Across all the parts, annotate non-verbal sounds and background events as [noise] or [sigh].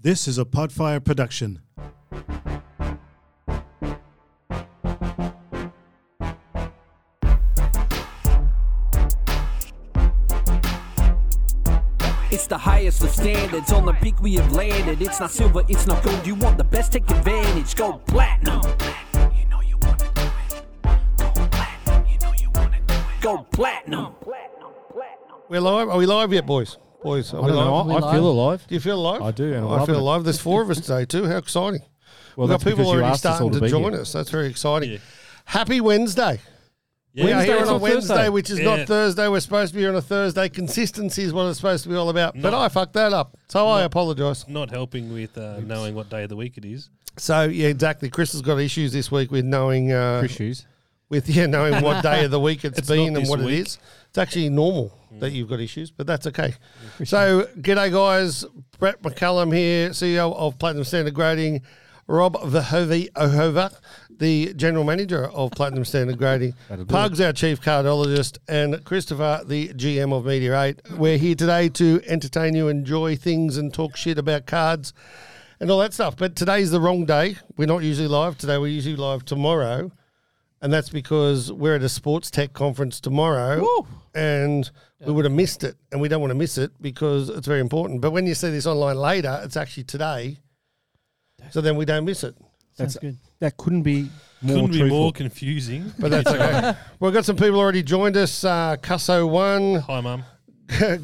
This is a Podfire production. It's the highest of standards. On the peak we have landed. It's not silver, it's not gold. You want the best, take advantage. Go platinum. Go platinum. We're live. Are we live yet, boys? Boys, are we I don't live? know. I, I feel alive. Do you feel alive? I do, and I'm I feel loving it. alive. There's four of us today too. How exciting! Well, We've got that's people because you already asked us all starting to to, be join here. us. That's very exciting. Happy Wednesday. we are Wednesday, here on it's a not Wednesday, Thursday. which is Yeah. not Thursday. We're supposed to be here on a Thursday. Consistency is what it's supposed to be all about. Mm. But I fucked that up, so I apologise. not helping with uh, knowing what day of the week it is. So yeah, exactly. Chris has got issues this week with knowing uh, Issues. with yeah knowing [laughs] what day of the week it's It's been not and this what it week. Mm. is. It's actually normal that you've got issues, but that's [laughs] okay. So, g'day guys, Brett McCallum here, CEO of Platinum Standard Grading, Rob Vahovi Ohova, the general manager of Platinum Standard [laughs] Grading, Pugs, our chief cardiologist, and Christopher, the GM of Media 8. We're here today to entertain you, enjoy things, and talk shit about cards. And all that stuff. But today's the wrong day. We're not usually live today. We're usually live tomorrow and that's because we're at a sports tech conference tomorrow and we would have missed it and we don't want to miss it because it's very important but when you see this online later it's actually today so then we don't miss it That's good. That couldn't be more Couldn't truthful. be more confusing. but that's okay we've got some people already joined us uh, cusso one [laughs] [laughs] Hi, mum.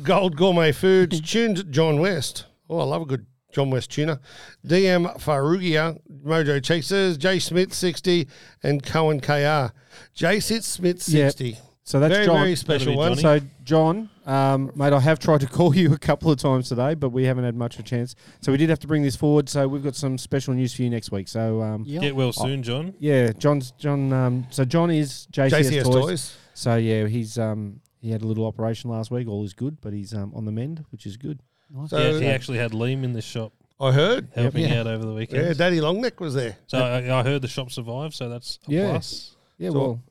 gold gourmet foods tuned john west oh i love a good john west tuna dm farugia mojo cheeses jay smith 60 and cohen kr jay smith 60 So that's very, John. very special That'll one. be Johnny. So John, um, mate, I have tried to call [laughs] you a couple of times today, but we haven't had much of a chance. So we did have to bring this forward. So we've got some special news for you next week. So um, yeah. Get well soon, John. John's John. Um, so John is JCS, JCS Toys. Toys. So yeah, he's um, he had a little operation last week. All is good, but he's um, on the mend, which is good. So yeah, he actually had Liam in the shop I heard. helping Yeah. out over the Yeah, weekend. Daddy Longneck was there. so I, I heard the shop survived, so that's a Yeah. plus. Yeah, So- well,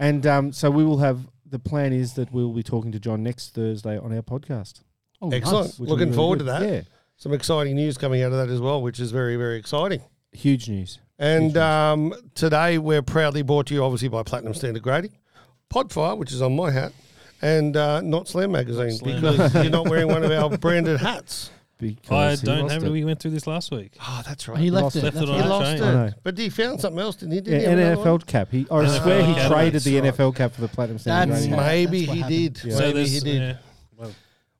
and um, so we will have the plan is that we will be talking to John next Thursday on our podcast. Oh, Excellent. which will be Looking really forward good. to that. Yeah, Some exciting news coming out of that as well, which is very, very exciting. huge news. And Huge news. um, today we're proudly brought to you, obviously, by Platinum Standard Grading, Podfire, which is on my hat, and uh, Not Slam Magazine, [laughs] Slam. because you're not wearing one of our branded hats. I Because he don't lost have it. Ah, it. We went through this last week. Oh, that's nice. He left lost it. Left it That's on He right. a lost chain. I know. it. But he found something else, didn't he? Didn't he Yeah, have another one? NFL cap. He, I swear he cap, traded that's the Uh, right. NFL cap for the platinum standard. That's rating. right. Maybe That's he what did. Yeah. So Maybe there's- he did. [laughs] yeah, well,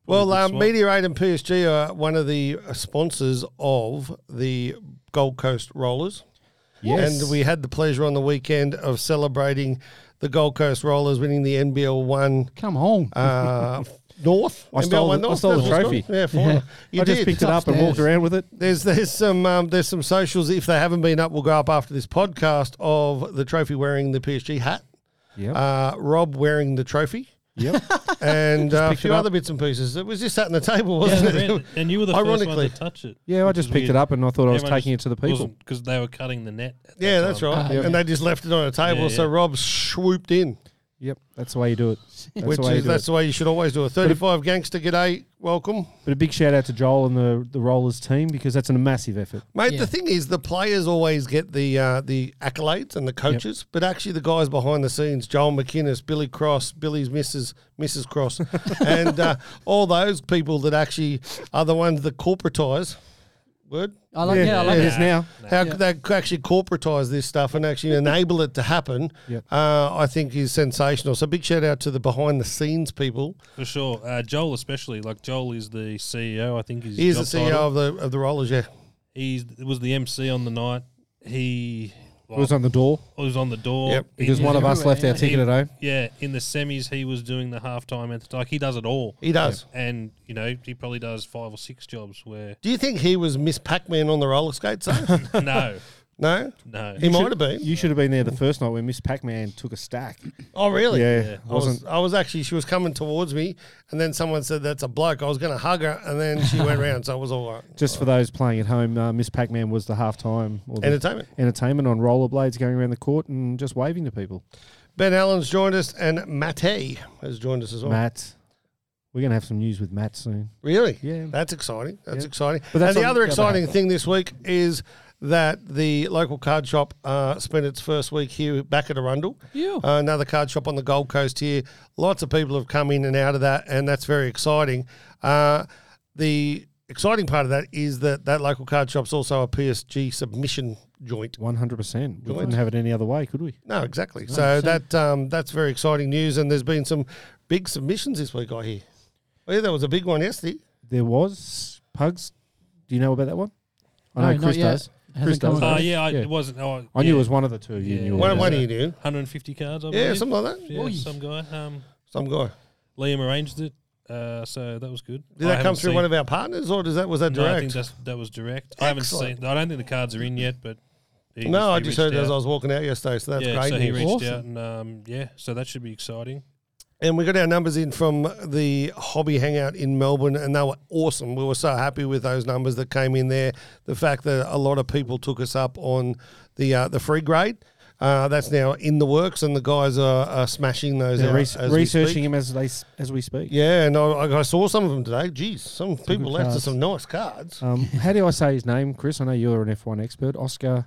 Well, good um, swap. Meteorite and PSG are one of the uh, sponsors of the Gold Coast Rollers. Yes. And we had the pleasure on the weekend of celebrating the Gold Coast Rollers winning the NBL One Come on. [laughs] uh, North. I stole the- I stole that's the what it's trophy. called. Yeah, final. [laughs] you I just did. picked it up and walked Upstairs. around with it. There's there's some um, there's some socials if they haven't been up, we'll go up after this podcast of the trophy wearing the PSG hat, Yep. uh, Rob wearing the trophy, yep. [laughs] and uh, a picked it few up. other bits and pieces. It was just sat on the table, yeah, wasn't it? [laughs] and- and you were the first Ironically. one to touch it. Yeah, I just picked it up and I thought I was Everyone taking it just to the people. wasn't- because they were cutting the net. at that Yeah, that's time. right. Ah, yeah. And they just left it on a table, Yeah, so yeah. Rob swooped in, Yep. That's the way you do it. That's which the way you is do that's it. the way you should always do it. Thirty-five gangster, g'day, welcome, But a big shout out to Joel and the the Rollers team because that's a massive effort. mate. Yeah. The thing is, the players always get the uh, the accolades and the coaches, but actually the guys behind the scenes, Joel McInnes, Billy Cross, Billy's Mrs. Mrs. [laughs] Cross, and uh, all those people that actually are the ones that corporatise. Word. I like, yeah, I like it it. is now. How Yeah. they c- actually corporatise this stuff and actually enable it to happen, Yep. uh, I think is sensational. So big shout out to the behind the scenes people. For sure. Uh, Joel, especially. Like, Joel is the CEO. I think he's He is the E CEO of the of the Rollers, yeah. He was the MC on the night. He It was on the door was on the door. Yep. He- because one of us left our he- ticket at eh? home. Yeah, in the semis, he was doing the halftime. And like, he does it all. He does. And, you know, he probably does five or six [laughs] jobs where. Do you think he was Miss Pac Man on the roller skates? [laughs] though? no, no, no. he might should- have been. You should have been there the first night when Miss Pac Man took a stack. oh, really? Yeah, I was, wasn't. I was actually, she was coming towards me, and then someone said, That's a bloke. I was going to hug her, and then she [laughs] went round, so it was all right. Just for those playing at home, uh, Miss Pac Man was the halftime or the Entertainment. entertainment on rollerblades going around the court and just waving to people. Ben Allen's joined us, and Matt Hay has joined us as well. Matt, We're going to have some news with Matt soon. Really? Yeah. That's exciting. That's Yeah. exciting. But that's and the on other the other exciting hand. thing this week is that the local card shop uh, spent its first week here back at Arundel. Yeah. Uh, another card shop on the Gold Coast here. Lots of people have come in and out of that, and that's very exciting. Uh, the exciting part of that is that that local card shop's also a PSG submission joint. 100%. We Good. couldn't have it any other way, could we? No, exactly. So that um, that's very exciting news, and there's been some big submissions this week. I hear. Oh yeah, there was a big one yesterday. There was Pugs. Do you know about that one? I No, know not Chris yet. does. Hasn't Chris come does. Uh, across. yeah, I, Yeah. it wasn't. Oh, I knew yeah. it was one of the two. You Yeah. knew One What, it. of what was. do you do? 150 cards. I Yeah, believe. something like that. Yeah, Oi. some guy. Um, Some guy. Liam arranged it, uh, so that was good. Did I that come haven't through seen- one of our partners, or does that was that No, I think direct? that's, that was direct. I haven't Excellent. seen. I don't think the cards are in yet, but he no, just- I he just reached heard as I out. was walking out yesterday, so that's yeah, great. so he news. reached Awesome. out, and um, yeah, so that should be exciting. And we got our numbers in from the hobby hangout in Melbourne, and they were awesome. We were so happy with those numbers that came in there. The fact that a lot of people took us up on the uh, the free grade. Uh, that's now in the works, and the guys are, are smashing those They're out res- as we researching speak. him as they s- as we speak. Yeah, and I, I saw some of them today. Geez, some people left us cards. some nice cards. [laughs] Um, how do I say his name, Chris? I know you're an F1 expert. Oscar.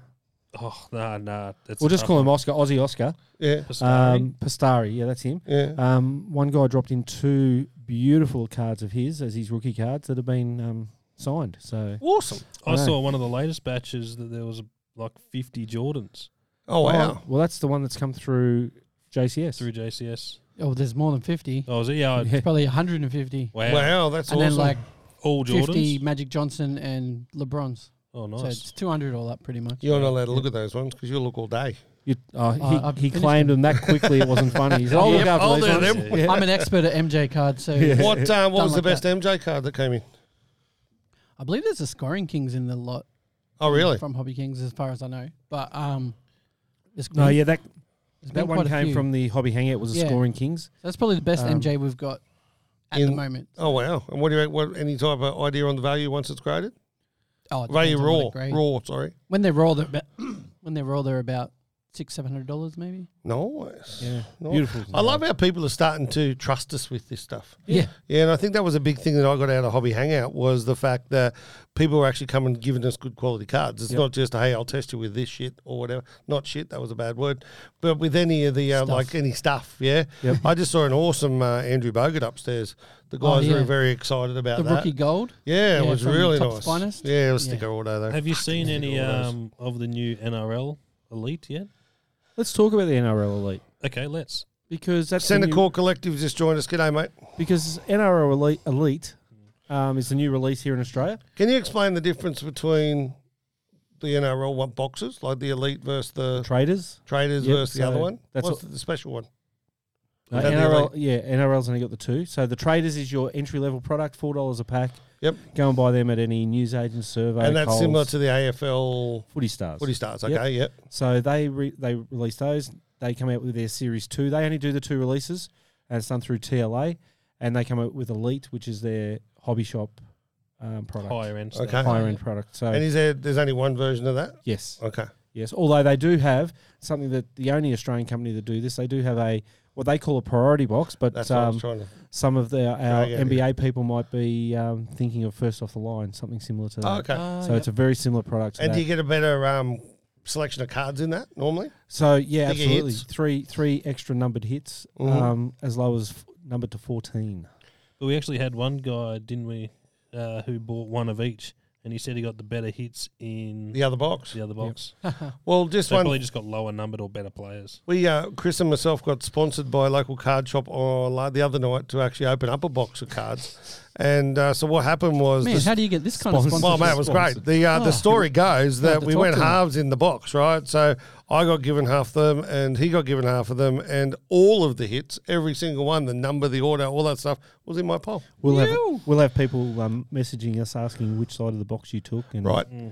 Oh no, no, that's We'll just tough. call him Oscar, Aussie Oscar. Yeah, Pastari. Um, Pastari. Yeah, that's him. yeah. Um, one guy dropped in two beautiful cards of his as his rookie cards that have been um, signed. So Awesome. I I know. saw one of the latest batches that there was like 50 Jordans Oh, wow. Oh, well, that's the one that's come through JCS. through JCS. Oh, there's more than 50. Oh, was it? Yeah, I- Yeah. It's probably 150. wow. Wow, that's and awesome. then like All 50 Jordans. Magic Johnson and LeBron's. Oh, So nice. it's 200 all up pretty much. You're not allowed to look at those ones because you'll look all day. You, oh, he, Uh, I've he finished Oh, claimed them that quickly. It wasn't funny. [laughs] He's like, "I'll Yep, Oh, look after I'll these do ones." them. Yeah. I'm an expert at MJ [laughs] cards, so What uh, what Done was the like best that. MJ card that came in? I believe there's a scoring kings in the lot Oh, really? from Hobby Kings, as far as I know. But um, there's No, been- yeah, that there's been that one quite a came few. from the hobby hangout. Was the Yeah. scoring kings? That's probably the best um, MJ we've got at the in- moment. Oh, wow. And what do you what any type of idea on the value once it's graded? Oh, it Value depends on raw, what grade. raw. Sorry. When they're raw, they're about [clears throat] when they're raw, they're about six, seven hundred dollars maybe. Nice. Yeah, Nice. beautiful. I love how people are starting to trust us with this stuff. Yeah. Yeah, and I think that was a big thing that I got out of Hobby Hangout was the fact that people were actually coming and giving us good quality cards. It's Yep. not just hey, I'll test you with this shit or whatever. Not shit, that was a bad word, but with any of the uh, like any stuff. Yeah, Yep. I just saw an awesome uh, Andrew Bogart upstairs. The guys were Oh, yeah. very excited about The that. rookie gold. Yeah, it Yeah, was from really Top's nice. Finest. Yeah, it was Yeah. sticker auto though. Have you seen any all those. um, of the new NRL Elite yet? Let's talk about the NRL elite Okay, let's. because that's the Centre new- Core Collective just joined us. G'day, mate. because NRL elite, elite um, is the new release here in Australia. Can you explain the difference between the NRL one boxes, like the elite versus the Traders, traders Yep, versus the so other one? that's What's the special one? No, Is that the NRL, yeah, NRL's only got the two. So the traders is your entry level product, four dollars a pack. Yep. Go and buy them at any newsagent, survey, and that's Coles, similar to the AFL Footy Stars. Footy Stars. Yep. Okay, yep. So they re- they release those. They come out with their series two. They only do the two releases, and it's done through TLA. And they come out with Elite, which is their hobby shop um, product, Higher end stuff. Okay. higher end product. So And is there? There's only one version of that. yes, Okay. Yes, although they do have something that the only Australian company that do this, they do have a what they call a priority box, but That's what I um, was trying to. some of the our yeah, yeah. NBA people might be um, thinking of first off the line, something similar to that. Oh, okay. So it's a very similar product. To and uh, that. do you get a better um, selection of cards in that normally? so yeah, bigger absolutely. hits? Three three extra numbered hits, Mhm. um, as low as f- numbered to fourteen. But we actually had one guy, didn't we, uh, who bought one of each, and he said he got the better hits in The other box. the other box. Well, just So one probably just got lower numbered or better players. We, uh, Chris and myself, got sponsored by a local card shop or la- the other night to actually open up a box of cards. And uh, so what happened was, Man, this- how do you get this kind of Sponsor- sponsorship? well, mate, it was great. The uh, the Oh. story goes Glad that to we talk went to them. halves in the box, right? So I got given half them, and he got given half of them, and all of the hits, every single one, the number, the order, all that stuff was in my poll. We'll have we'll have people um, messaging us asking which side of the box you took and Right, the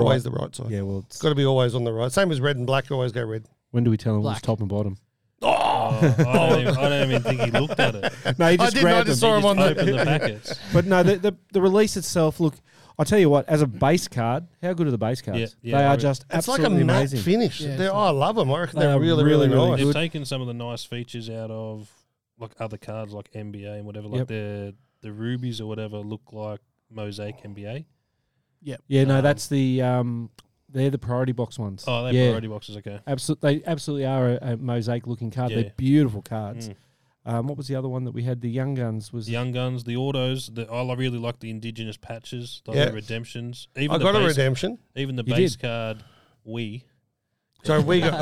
Mm. always the right side. yeah, well, it's, Got to be always on the right. Same as red and black. You always go red. when do we tell them Black. what's top and bottom? Oh, I, don't even, I don't even think he looked at it. He No, you I didn't. I just saw him on just the. [laughs] opened the packets. But no, the, the the release itself. Look, I tell you what, as a base card, how good are the base cards? Yeah, yeah, they I are reckon. just It's like absolutely a matte amazing. finish. Yeah, They're- it's oh, I love them. I reckon They they're are really, really, really, really nice. They've Good. taken some of the nice features out of like other cards like NBA and whatever, like Yep. the the rubies or whatever look like mosaic NBA. Yeah, no, Um, that's the um, they're the priority box ones. Oh, they're yeah, priority boxes. Okay. Absol- they absolutely are a, a mosaic looking card. Yeah. They're beautiful cards. Mm. Um, what was the other one that we had? The Young Guns was The young guns, the autos. The I really like the indigenous patches, like Yeah. the redemptions. Even I the got a base, redemption. Even the You base did. card, we So we [laughs] got.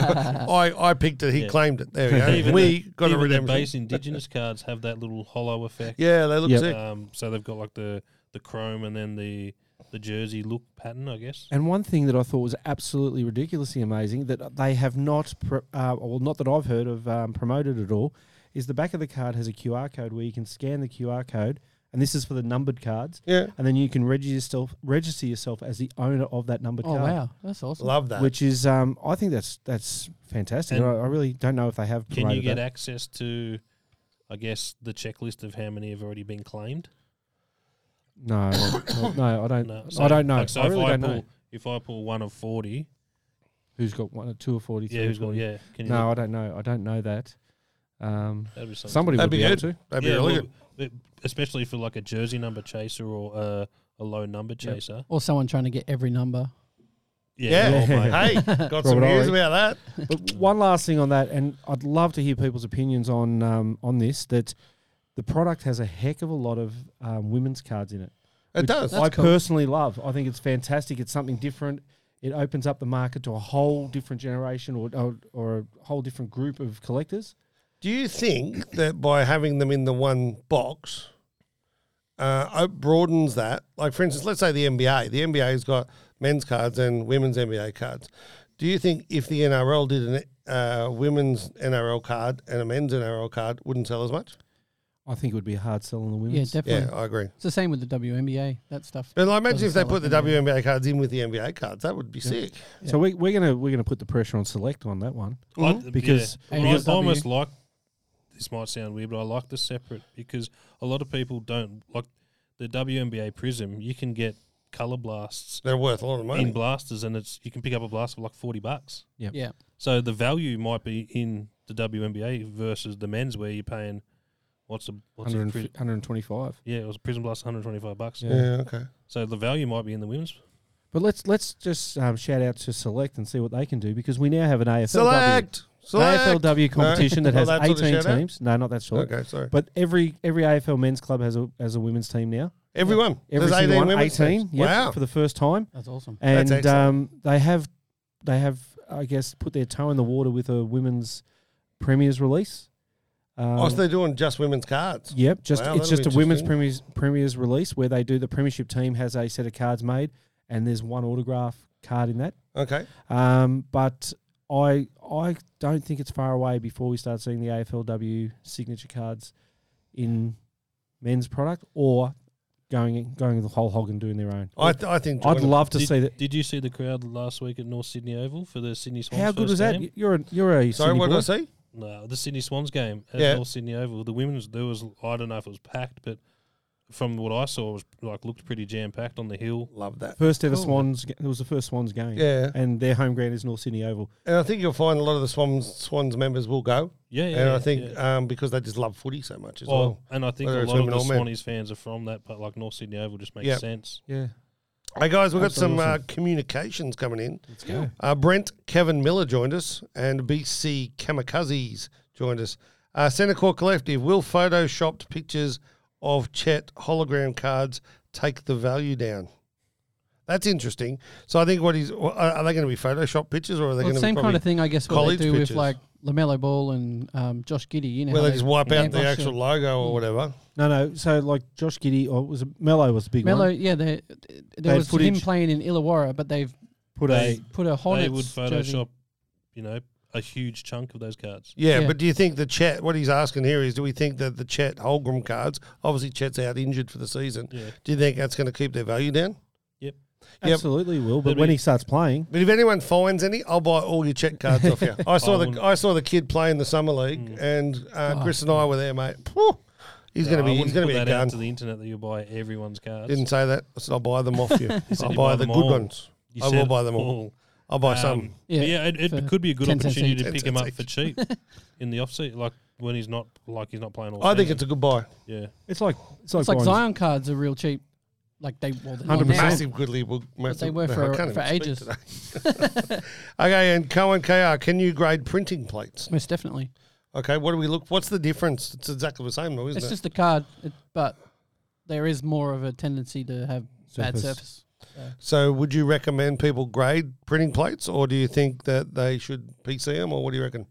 I, I picked it. He Yeah. claimed it. There we go. [laughs] Even we got a even the redemption. base indigenous cards have that little hollow effect. Yeah, they look Yep. sick. Um, so they've got like the the chrome and then the the jersey look pattern, I guess. And one thing that I thought was absolutely ridiculously amazing that they have not, pr- uh, or not that I've heard of, um, promoted at all, is the back of the card has a QR code where you can scan the QR code, and this is for the numbered cards, Yeah, and then you can register yourself, register yourself as the owner of that numbered oh card. wow, that's awesome. love that. Which is, um, I think that's that's fantastic. And I, I really don't know if they have. Can you promoted get that. access to, I guess, the checklist of how many have already been claimed? No, no, no, I don't. No. I don't know. like, so I really if I don't pull, know If I pull one of forty, who's got one, two or forty. yeah, who's got yeah? Can you No, I don't know. I don't know that. Um, that'd be something. somebody That'd would be be able good. to. That'd be yeah, really well, good. it- especially for like a jersey number chaser or uh, a low number chaser. Or someone trying to get every number. Yeah, Yeah. oh, [laughs] mate. Hey, got some Robert news Ory. about that. But one last thing on that, and I'd love to hear people's opinions on um, on this. That the product has a heck of a lot of um, women's cards in it. It does. I That's cool. personally love. I think it's fantastic. It's something different. It opens up the market to a whole different generation or or, or a whole different group of collectors. Do you think that by having them in the one box, uh, it broadens that? Like, for instance, let's say the NBA. The NBA's got men's cards and women's NBA cards. Do you think if the NRL did a uh, women's NRL card and a men's NRL card, wouldn't sell as much? I think it would be a hard sell on the Yeah, women's. definitely. Yeah, I agree. It's the same with the WNBA. That stuff. But like, imagine Doesn't if they sell put the like the NBA. WNBA cards in with the NBA cards. That would be sick. So we, we're gonna we're gonna put the pressure on select on that one. I- Because- yeah. Well, I- ASW. I almost like this might sound weird, but I like the separate because a lot of people don't like the WNBA Prism. You can get color blasts They're worth a lot of in money. blasters, and it's you can pick up a blast for like forty bucks. Yeah. So the value might be in the WNBA versus the men's, where you're paying what's a what's a 100, pri- 125. yeah, it was a Prism Blast, one hundred twenty-five bucks. Yeah. Yeah, okay. So the value might be in the women's. But let's let's just um, shout out to Select and see what they can do because we now have an AFLW Select. Select. AFLW [laughs] competition that Oh, has that's what they 18 shout out? teams. No, not that short. Okay, sorry. But every every AFL men's club has a has a women's team now. Everyone. Every There's single 18 one, women's 18, teams. yep, Wow. for the first time. That's awesome. That's And excellent. um, they have they have I guess put their toe in the water with a women's premiers release. Um, Oh, so they're doing just women's cards. Yep, just Wow, it's that'll just be a women's interesting. premiers premiers release where they do the premiership team has a set of cards made and there's one autograph card in that. Okay. Um, but I I don't think it's far away before we start seeing the AFLW signature cards in men's product or going going the whole hog and doing their own. I, th- I think. I'd joining- love to did, see that. Did you see the crowd last week at North Sydney Oval for the Sydney Swans? How good first was that? game? You're a you're a Sorry, Sydney what did boy. I say? No, the Sydney Swans game at Yeah. North Sydney Oval. The women's there was I don't know if it was packed, but from what I saw, it was like looked pretty jam packed on the hill. Love that. First ever Cool. Swans. ga- It was the first Swans game. Yeah, And their home ground is North Sydney Oval. and I think you'll find a lot of the Swans Swans members will go, Yeah, yeah. and yeah, I think yeah. um, because they just love footy so much as Well, well. and I think Oh. whether a it's lot of women the or men. Swannies fans are from that, but like North Sydney Oval just makes Yeah. sense. Yeah. Hey guys, we've got That's some uh, awesome. communications coming in. Let's go. Uh, Brent Kevin Miller joined us, and BC Kamikazes joined us. Uh, Centrecore Collective will photoshopped pictures of Chet hologram cards take the value down. That's interesting. So I think what he's are are they going to be photoshopped pictures or are they Well, going to same be kind probably- of thing, I guess, what they college do pitches. with like Lamelo Ball and um, Josh Giddy. You know, Where how they just wipe Yeah, out the wash actual it. Mm. logo or whatever. No, no. So like Josh Giddy or was it Mello was the big Melo, one. yeah, they, They had there was him footage. playing in Illawarra, but they've Put They- a put a Hornets they would jersey. Photoshop, you know, a huge chunk of those cards. Yeah, Yeah. but do you think the Chet, what he's asking here is do we think that the Chet Holgram cards, obviously Chet's out injured for the season, Yeah, do you think that's going to keep their value down? Yep. absolutely will. But There'll when be- he starts playing, But if anyone finds any, I'll buy all your Chet cards off [laughs] you. I saw the I wouldn't- I saw the kid play in the summer league, Mm. and uh, Chris and I were there, mate. Whew. he's No, going I to be he's wouldn't going put to be a that out to gun. the internet that you buy everyone's cards. Didn't say that. I said I'll buy them [laughs] off you. said I'll you buy buy the them good all. ones. You I said will buy them all. I'll buy Um, some. Yeah, Yeah, yeah it, it for could be a good 10 cents opportunity each. to 10 pick him cents up for cheap [laughs] in the off season, like when he's not like he's not playing all. I think it's season. a good buy. yeah. It's like it's like, It's like buying- Zion cards are real cheap. Like they, well, they're not 100%. now. Massive Goodley. will- Massive, they were no, I for- can't for even speak ages. today. [laughs] okay, and Cohen KR, can you grade printing plates? Most definitely. Okay, what do we look? What's the difference? It's exactly the same, though, isn't It's it? just a card, it, but there is more of a tendency to have bad Surface. surface. so, would you recommend people grade printing plates, or do you think that they should PC them, or what do you reckon?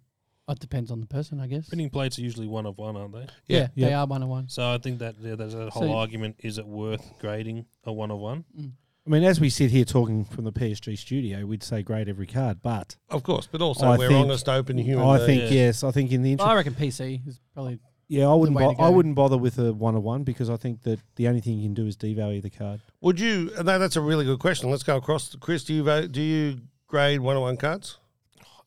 It depends on the person, I guess. Printing plates are usually one of one, aren't they? Yeah, Yeah. they Yeah. are one on one. So I think that yeah, there's that whole So- argument: is it worth grading a one of one? I mean, as we sit here talking from the PSG studio, we'd say grade every card, but Of course, but also I we're think- honest, open human. I beings. think yeah. yes, I think in the interest, I reckon PC is probably yeah, I wouldn't, way to bo- I go. wouldn't bother with a one on one because I think that the only thing you can do is devalue the card. Would you? and that- that's a really good question. Let's go across. to Chris, do you vote, do you grade one on one cards?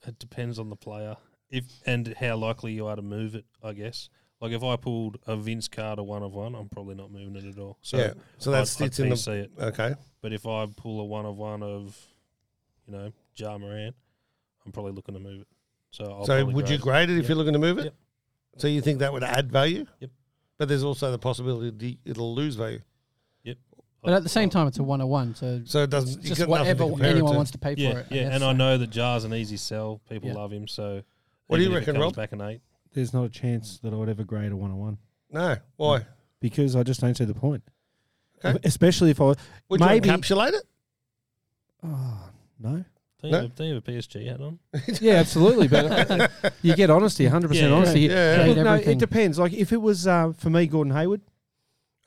It depends on the player if and how likely you are to move it. I guess. Like if I pulled a Vince card a one of one, I'm probably not moving it at all. So Yeah, so that I'd, I'd sits in the- PC it. Okay, But if I pull a one of one of, you know, Ja Morant, I'm probably looking to move it. So I'll so probably would you grade it. grade it if Yep. you're looking to move it? Yep. So you think that would add value? Yep. But there's also the possibility it'll lose value. But at the same time, it's a one on one, so So it doesn't. you just got nothing to whatever compare it anyone to. wants to pay for Yeah, it. yeah, guess, and so. [laughs] I know that Jar's an easy sell. People Yeah. love him, so. What do even you if it reckon, Rob? comes Back an eight. There's not a chance that I would ever grade a one on one No, why? because I just don't see the point. Okay. Especially if I Would Maybe- you encapsulate it? oh, no, They, No. have, a- they have a PSG hat on. yeah, absolutely, but you get honesty, hundred Yeah, percent yeah. honesty. Yeah. Look, Grade no, it everything. depends. Like if it was uh, for me, Gordon Hayward,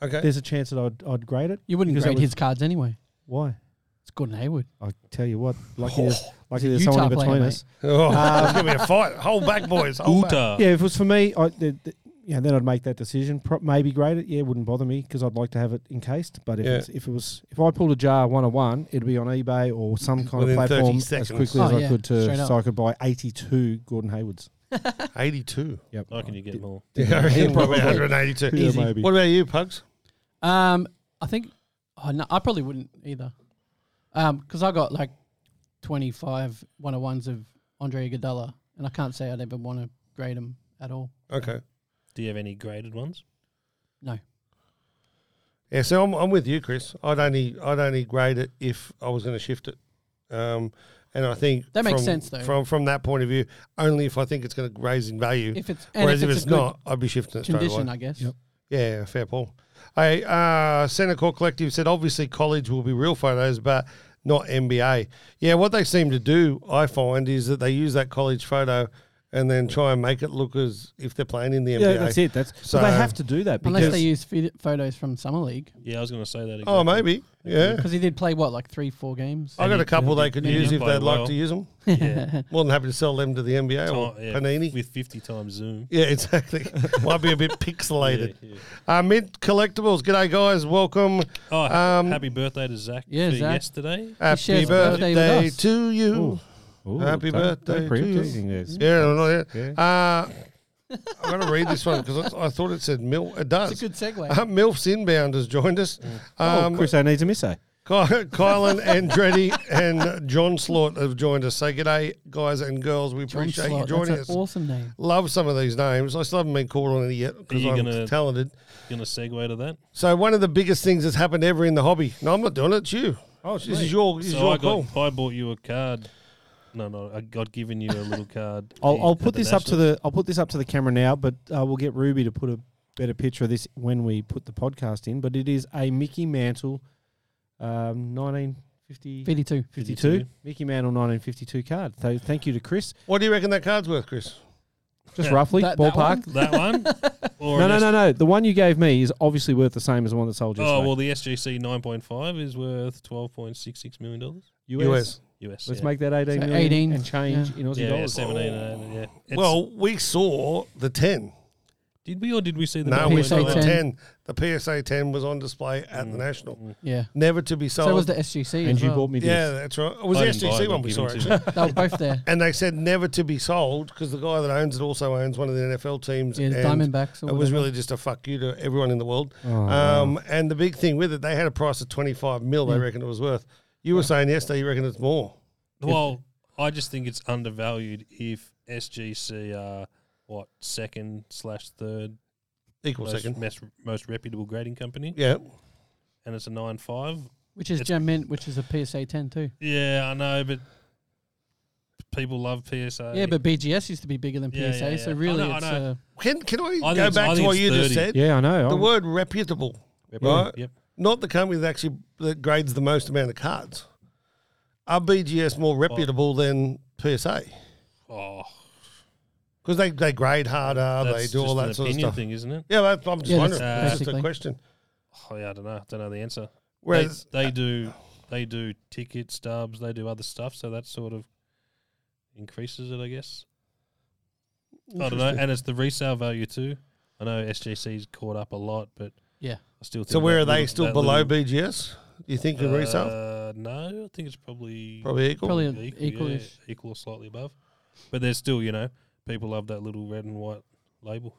Okay. there's a chance that I'd, I'd grade it. you wouldn't because that grade was- his cards anyway. Why? It's Gordon Hayward. I tell you what, lucky [laughs] there's, lucky He's there's a someone in Utah between player, mate. us. [laughs] Oh, [laughs] it's gonna be a fight. Hold back, boys. Oh, Hold back. Uta. Yeah, if it was for me, I, the, the, yeah, then I'd make that decision. Pro- maybe grade it. Yeah, wouldn't bother me because I'd like to have it encased. But if Yeah. it's, if it was if I pulled a jar one on one, it'd be on eBay or some kind Within 30 of platform as seconds. quickly as Oh, I yeah, could straight to up. so I could buy eighty two Gordon Haywards. Eighty-two. Yep. How can you get more? [laughs] Yeah, I reckon probably 182. Yeah, maybe. What about you, Pugs? Um, I think. Oh, no, I probably wouldn't either. Um, because I got like 25 101s of Andre Iguodala, and I can't say I'd ever want to grade him at all. Okay. Do you have any graded ones? No. Yeah, so I'm, I'm with you, Chris. I'd only I'd only grade it if I was going to shift it, um, and I think That makes from- sense, though. From from that point of view, only if I think it's going to raise in value. If it's and Whereas if it's, a good not, I'd be shifting it straight condition, away. I guess. Yep. Yeah, fair Paul. I uh, Centre Court Collective said obviously college will be real photos, but not NBA. Yeah, what they seem to do, I find, is that they use that college photo and then try and make it look as if they're playing in the NBA. Yeah, that's it. That's So- so they have to do that Unless because they use pho- photos from summer league, Yeah, I was going to say that. Exactly. Oh, maybe. Yeah. because he did play what like three, four games. I got a couple they could And you use if play they'd like well. to use them. [laughs] Yeah. More than happy to sell them to the NBA or Ti- yeah, Panini. with 50 times Zoom. [laughs] yeah, exactly. Might be a bit Yeah, pixelated. yeah. Uh, Mint Collectibles, g'day guys. Welcome. Oh, ha- Um, happy birthday to Zach Yeah, for Zach. yesterday. Happy shares a birthday with birthday us. to you. Ooh. Ooh, Happy don't- don't birthday preempt to you. anything there. Yeah, I'm not here. Yeah. Uh, I'm going to read this one because I thought it said Mil. It does. It's a good segue. Uh, Milf's Inbound has joined us. Um, Mm. oh, Chris, I need to miss a. Ky- Kylan Andretti and John Slaught have joined us. So, g'day, guys and girls. We John appreciate you Slott, joining that's us. an awesome name. Love some of these names. I still haven't been called on any yet because you I'm gonna- talented. Going to segue to that. So one of the biggest things that's happened ever in the hobby. No, I'm not doing it. It's you. Oh, this is your this is So your I call. got, I bought you a card. No, no, I got given you a little card. I'll, here I'll at put the this up to Nationals. the I'll put this up to the camera now, but uh, we'll get Ruby to put a better picture of this when we put the podcast in. But it is a Mickey Mantle, um, 1952 52. 52. Mickey Mantle 1952 card. So thank you to Chris. What do you reckon that card's worth, Chris? Just Yeah. roughly That- that ballpark. That one? Or no, an no, S- no, no. The one you gave me is obviously worth the same as the one that sold yesterday. Oh, well, the SGC 9.5 is worth $12.66 million US. US. Let's yeah. make that 18 So million 18, and change in Aussie yeah, yeah, dollars. 17 and 18, yeah. It's- well, we saw the ten. did we or did we see the No, we saw the 9.5? PSA 10. ten. The PSA ten was on display at Mm. the national, Yeah. never to be sold. So was the SGC. and as you well. bought me this. yeah, that's right. It was I the didn't buy SGC it, one but we saw given to actually. me. They were [laughs] both there. And they said never to be sold because the guy that owns it also owns one of the NFL teams. Yeah, the and Diamondbacks. Or It was whatever. really just a fuck you to everyone in the world. Oh, um, And the big thing with it, they had a price of 25 mil, they Yeah. reckon it was worth. You were saying yesterday you reckon it's more. [laughs] Well, I just think it's undervalued if SGC are what second slash third Equal most, second. mes- most reputable grading company, Yeah. and it's a nine five. which is It's- Gem Mint, which is a PSA 10 too. Yeah, I know, but people love PSA. Yeah, but BGS used to be bigger than PSA, Yeah, yeah, so yeah. I really know, I it's know. uh, Can can I, think go it's- I back to think what it's you just 30. said? Yeah, I know. The I'm- word reputable, right? Yep. Not the company that actually that grades the most amount of cards. Are BGS more reputable than PSA? Oh, Because they, they grade harder, that's they do all just that an sort of opinion stuff. thing, isn't it? Yeah, that's, I'm just Yeah, that's wondering. That's just a basically. question. Oh, yeah, I don't know. I don't know the answer. They, Whereas they do they do ticket stubs, they do other stuff, so that sort of increases it, I guess. I don't know, Interesting. and it's the resale value too. I know SGC's caught up a lot, but Yeah. I still. Think So where that are they little- still that below little- BGS? You think in resale? Uh, no, I think it's probably Probably equal. probably equal, yeah, equalish. equal or slightly above. But there's still, you know, people love that little red and white label.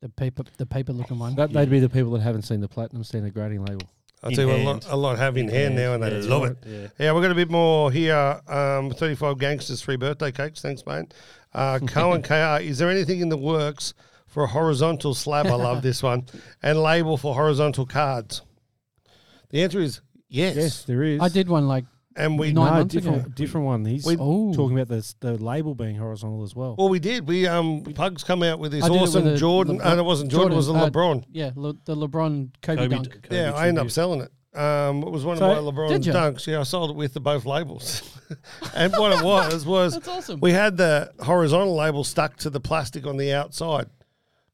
the paper the paper looking one. that, they'd be the people that haven't seen the platinum standard grading label. I'll in tell you what, a hand. lot, a lot have in hand now, and they Yeah, love yeah, it. Yeah. Yeah, we've got a bit more here. Um, 35 Gangsters, free birthday cakes. Thanks, mate. [laughs] Uh, Cohen KR, is there anything in the works for a horizontal slab? I love this [laughs] one. And label for horizontal cards? The answer is yes. Yes, there is. I did one like And we, Nine no, months different, ago. different one. He's We- oh talking about the the label being horizontal as well. well, we did. We, um, Pugs come out with this I did it with awesome a Jordan. LeBron- and it wasn't Jordan, it was a Jordan, uh, LeBron. yeah Le, the LeBron Kobe, Kobe dunk. d- Kobe Yeah, I ended up tribute. selling it. Um, it was one So- of my LeBron Did you? dunks. Yeah, I sold it with the both labels. [laughs] and what it was was That's awesome. we had the horizontal label stuck to the plastic on the outside.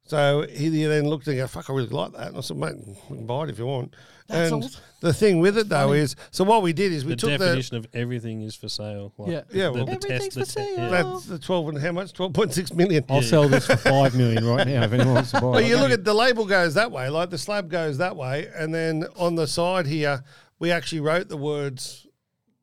So he then looked and go, "Fuck, I really like that." And I said, "Mate, we can buy it if you want." That's and awesome. the thing with it though is, so what we did is we The took the definition of everything is for sale. Like Yeah. Yeah, the, well- the test, Everything's the for te- yeah. sale. that's the twelve and how much twelve point six million. I'll Yeah. sell this for five million right now if anyone wants to buy. But it. you look at the label goes that way, like the slab goes that way, and then on the side here, we actually wrote the words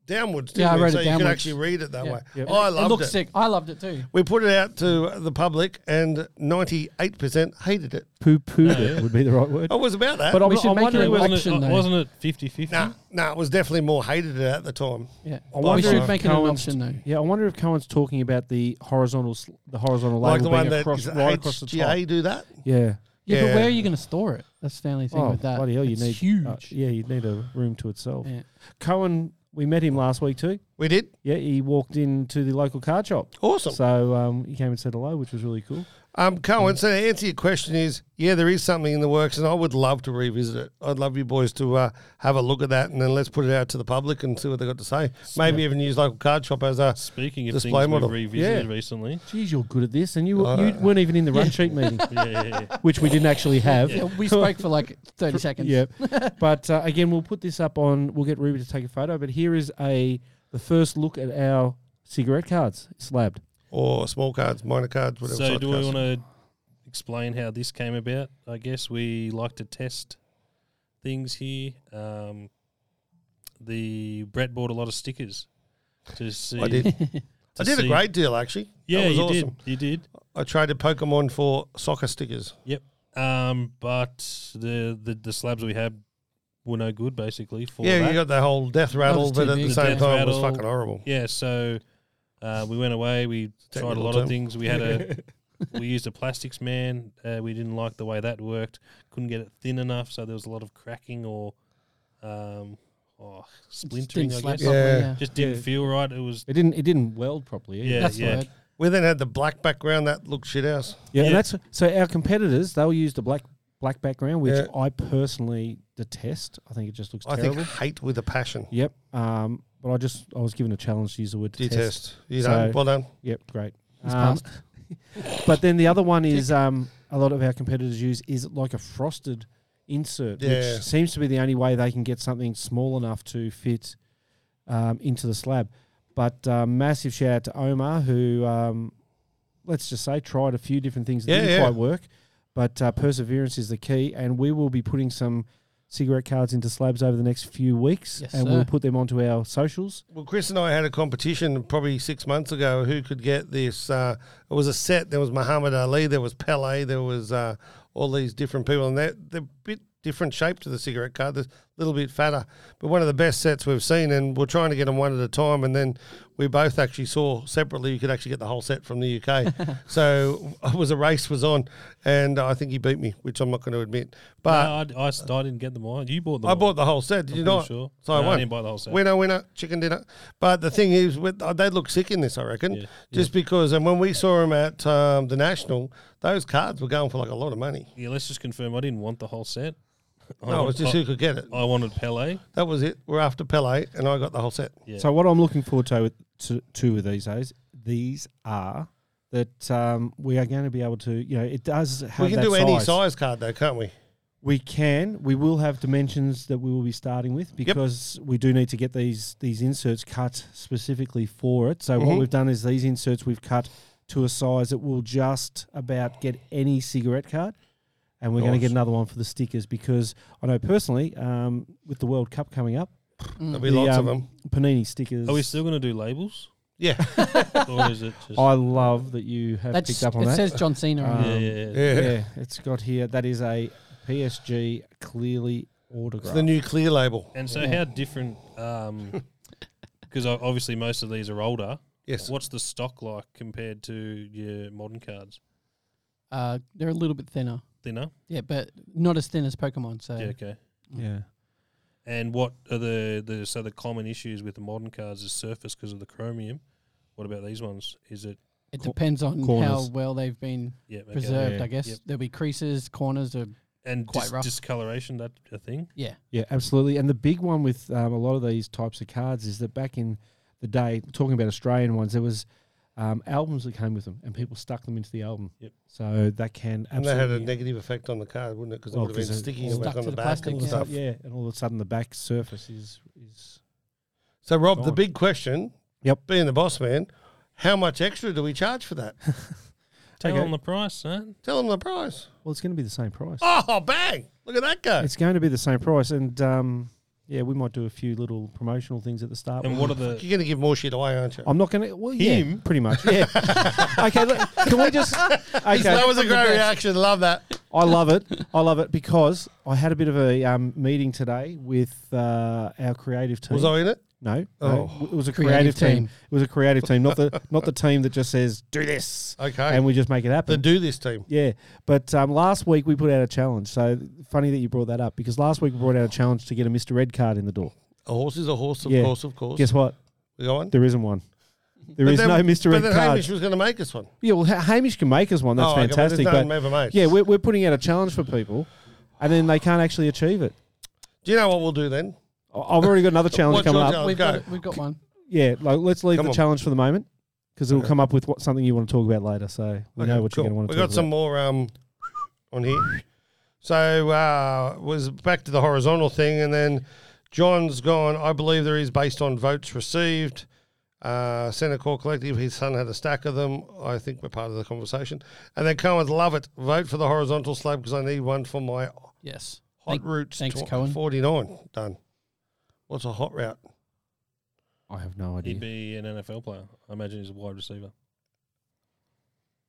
downwards. Didn't Yeah, I we? wrote so it you can downwards. actually read it that Yeah. way. Oh, Yep. I it loved looks it. sick. I loved it too. We put it out to the public, and ninety-eight percent hated it. poo pooed it would be the right word. I was about that. But I'm, We should I'm make it wondering a whether, Wasn't, Action, it, uh, though. wasn't it 50 50? nah, nah, it was definitely more hated at the time. Yeah, I we wonder should if make it an Cohen's- option though. yeah, I wonder if Cohen's talking about the horizontal, sl- the horizontal like label the one being that across, is it right across the HGA top. do that. Yeah. Yeah, Yeah. but where are you going to store it? That's the only thing Oh, with that. bloody hell! You it's need huge. uh, yeah, you need a room to itself. Yeah. Cohen, we met him last week too. We did Yeah, he walked into the local card shop, awesome. so um, he came and said hello, which was really cool. Um, Cohen, so to answer your question is, yeah, there is something in the works, and I would love to revisit it. I'd love you boys to uh, have a look at that, and then let's put it out to the public and see what they got to say. Maybe even use local card shop as a. Speaking of Display things model. we've revisited Yeah. [laughs] recently. Geez, you're good at this, and you, Uh, you weren't even in the run sheet meeting, Yeah, yeah, yeah. which we didn't actually have. Yeah, we spoke for like [laughs] 30 seconds. [laughs] Yeah, but uh, again, we'll put this up on. We'll get Ruby to take a photo. But here is a the first look at our cigarette cards slabbed. Or small cards, minor cards, whatever. So, sort do of we cards. want to explain how this came about? I guess we like to test things here. Um, the Brett bought a lot of stickers to see. I did. I did a see- great deal actually. Yeah, that was you awesome. did. You did. I traded Pokemon for soccer stickers. Um, but the, the the slabs we had were no good basically for yeah, that. you got the whole death rattle, was but too at the big. same Death time, it was rattle. fucking horrible. yeah, so uh, we went away. We tried a Technical lot term. of things. We had a [laughs] we used a plastics man. Uh, we didn't like the way that worked. Couldn't get it thin enough, so there was a lot of cracking or um, oh, It just splintering. didn't I slap guess up. properly, Yeah. yeah. just didn't Yeah. feel right. It was It didn't. It didn't weld properly. either. yeah, That's the yeah. word. We then had the black background that looked shit house. yeah. Yeah. And that's so our competitors they'll use the black black background, which Yeah. I personally detest. I think it just looks I terrible. think hate with a passion. Yep. Um, but I just I was given a challenge to use the word Detest. detest. You So- know, well done. Yep, great. He's Um, but then the other one is um, a lot of our competitors use is like a frosted insert, Yeah. which seems to be the only way they can get something small enough to fit um, into the slab. But um, massive shout out to Omar who, um, let's just say, tried a few different things that Yeah, didn't yeah. quite work. But uh, perseverance is the key, and we will be putting some cigarette cards into slabs over the next few weeks, Yes, and sir. we'll put them onto our socials. Well, Chris and I had a competition probably six months ago. Who could get this? Uh, it was a set. There was Muhammad Ali. There was Pele. There was uh, all these different people, and they're, they're a bit different shape to the cigarette card. There's little bit fatter, but one of the best sets we've seen. And we're trying to get them one at a time. And then we both actually saw separately, you could actually get the whole set from the [laughs] UK. so it was a race was on, and I think he beat me, which I'm not going to admit. But no, I, I, s- I didn't get them all. You bought them. I all. bought the whole set. Did I'm you pretty not? sure. So I No, I won. didn't buy the whole set. Winner, winner, chicken dinner. But the thing is, with, uh, they look sick in this, I reckon. Yeah, Just because, and when we saw them at um, the National, those cards were going for like a lot of money. Yeah, let's just confirm. I didn't want the whole set. I No, want- it was just I, who could get it. I wanted Pele. That was it. We're after Pele, and I got the whole set. Yeah. So what I'm looking forward to with to, to with these days, these are that um, we are going to be able to, you know, it does have we can that do any size card, though, can't we? We can. We will have dimensions that we will be starting with because we do need to get these these inserts cut specifically for it. So what Mhm. we've done is these inserts we've cut to a size that will just about get any cigarette card, and we're going to Nice. get another one for the stickers because I know personally um, with the World Cup coming up, There'll be the, lots of um, them. Panini stickers. Are we still going to do labels? Yeah. [laughs] or is it just? I love that you have That's, picked up on it that. says John Cena on Um, yeah, it. yeah, yeah. Yeah. yeah, it's got here. That is a PSG clearly It's autograph. the new clear label. And so, Yeah. how different? [laughs] Because obviously, most of these are older. Yes. What's the stock like compared to your modern cards? Uh, they're a little bit thinner. Thinner. Yeah, but not as thin as Pokemon. So Yeah. Okay. yeah. And what are the, the so the common issues with the modern cards is surface because of the chromium. What about these ones? Is it it Cor- depends on corners. how well they've been yeah okay. preserved. Yeah. I guess Yep. there'll be creases, corners, or and Quite dis- rough. discoloration that a thing? yeah, Yeah, absolutely. And the big one with um, a lot of these types of cards is that back in the day, talking about Australian ones, there was um, albums that came with them, and people stuck them into the album. Yep. So that can And that had absolutely a negative effect on the card, wouldn't it? Because Well, it would have 'cause been it- sticking Stuck back to on the the back plastic, and yeah. stuff. Yeah, and all of a sudden the back surface is is So, Rob, the Gone. big question Yep. being the boss man, how much extra do we charge for that? Tell Okay. on the price, huh? Tell them the price. well, it's going to be the same price. Oh, bang! Look at that go. It's going to be the same price, and um, yeah, we might do a few little promotional things at the Oh, start. And what are the You're going to give more shit away, aren't you? I'm not going to. Well, yeah, Him? pretty [laughs] much. Yeah. okay, look, can we just? Okay, that was a great reaction. Love that. I love it. I love it because I had a bit of a um, meeting today with uh, our creative team. Was I in it? No, no, Oh. it was a creative, Creative team. team. It was a creative team, not the not the team that just says do this Okay. and we just make it the happen. do this team. yeah, but um, last week we put out a challenge. So funny that you brought that up because last week we brought out a challenge to get a Mr. Red card in the door. A horse is a horse, of Yeah. course, of course. Guess what? We go on. There isn't one. There But is then- no Mr. But Red then card. Hamish was going to make us one. Yeah, well, Ha- Hamish can make us one. That's Oh, okay, but fantastic. there's no but Never made. yeah, we're, we're putting out a challenge for people, and then they can't actually achieve it. Do you know what we'll do then? I- I've already [laughs] got another challenge What's coming your up. challenge? we've go. got we've got one. Yeah, like let's leave Come the on. challenge for the moment because it'll come up with what, something you want to talk about later. So we know what you're going to want to We talk got some more um on here. So uh was back to the horizontal thing, and then John's gone. I believe there is based on votes received. Uh, Senate Core Collective, his son had a stack of them. I think we're part of the conversation. And then Cohen's love it. Vote for the horizontal slab because I need one for my hot Yes, Thank- roots. thanks, tw- Cohen. 49 done. What's a hot route? about. I have no idea. he'd be an NFL player? I imagine he's a wide receiver.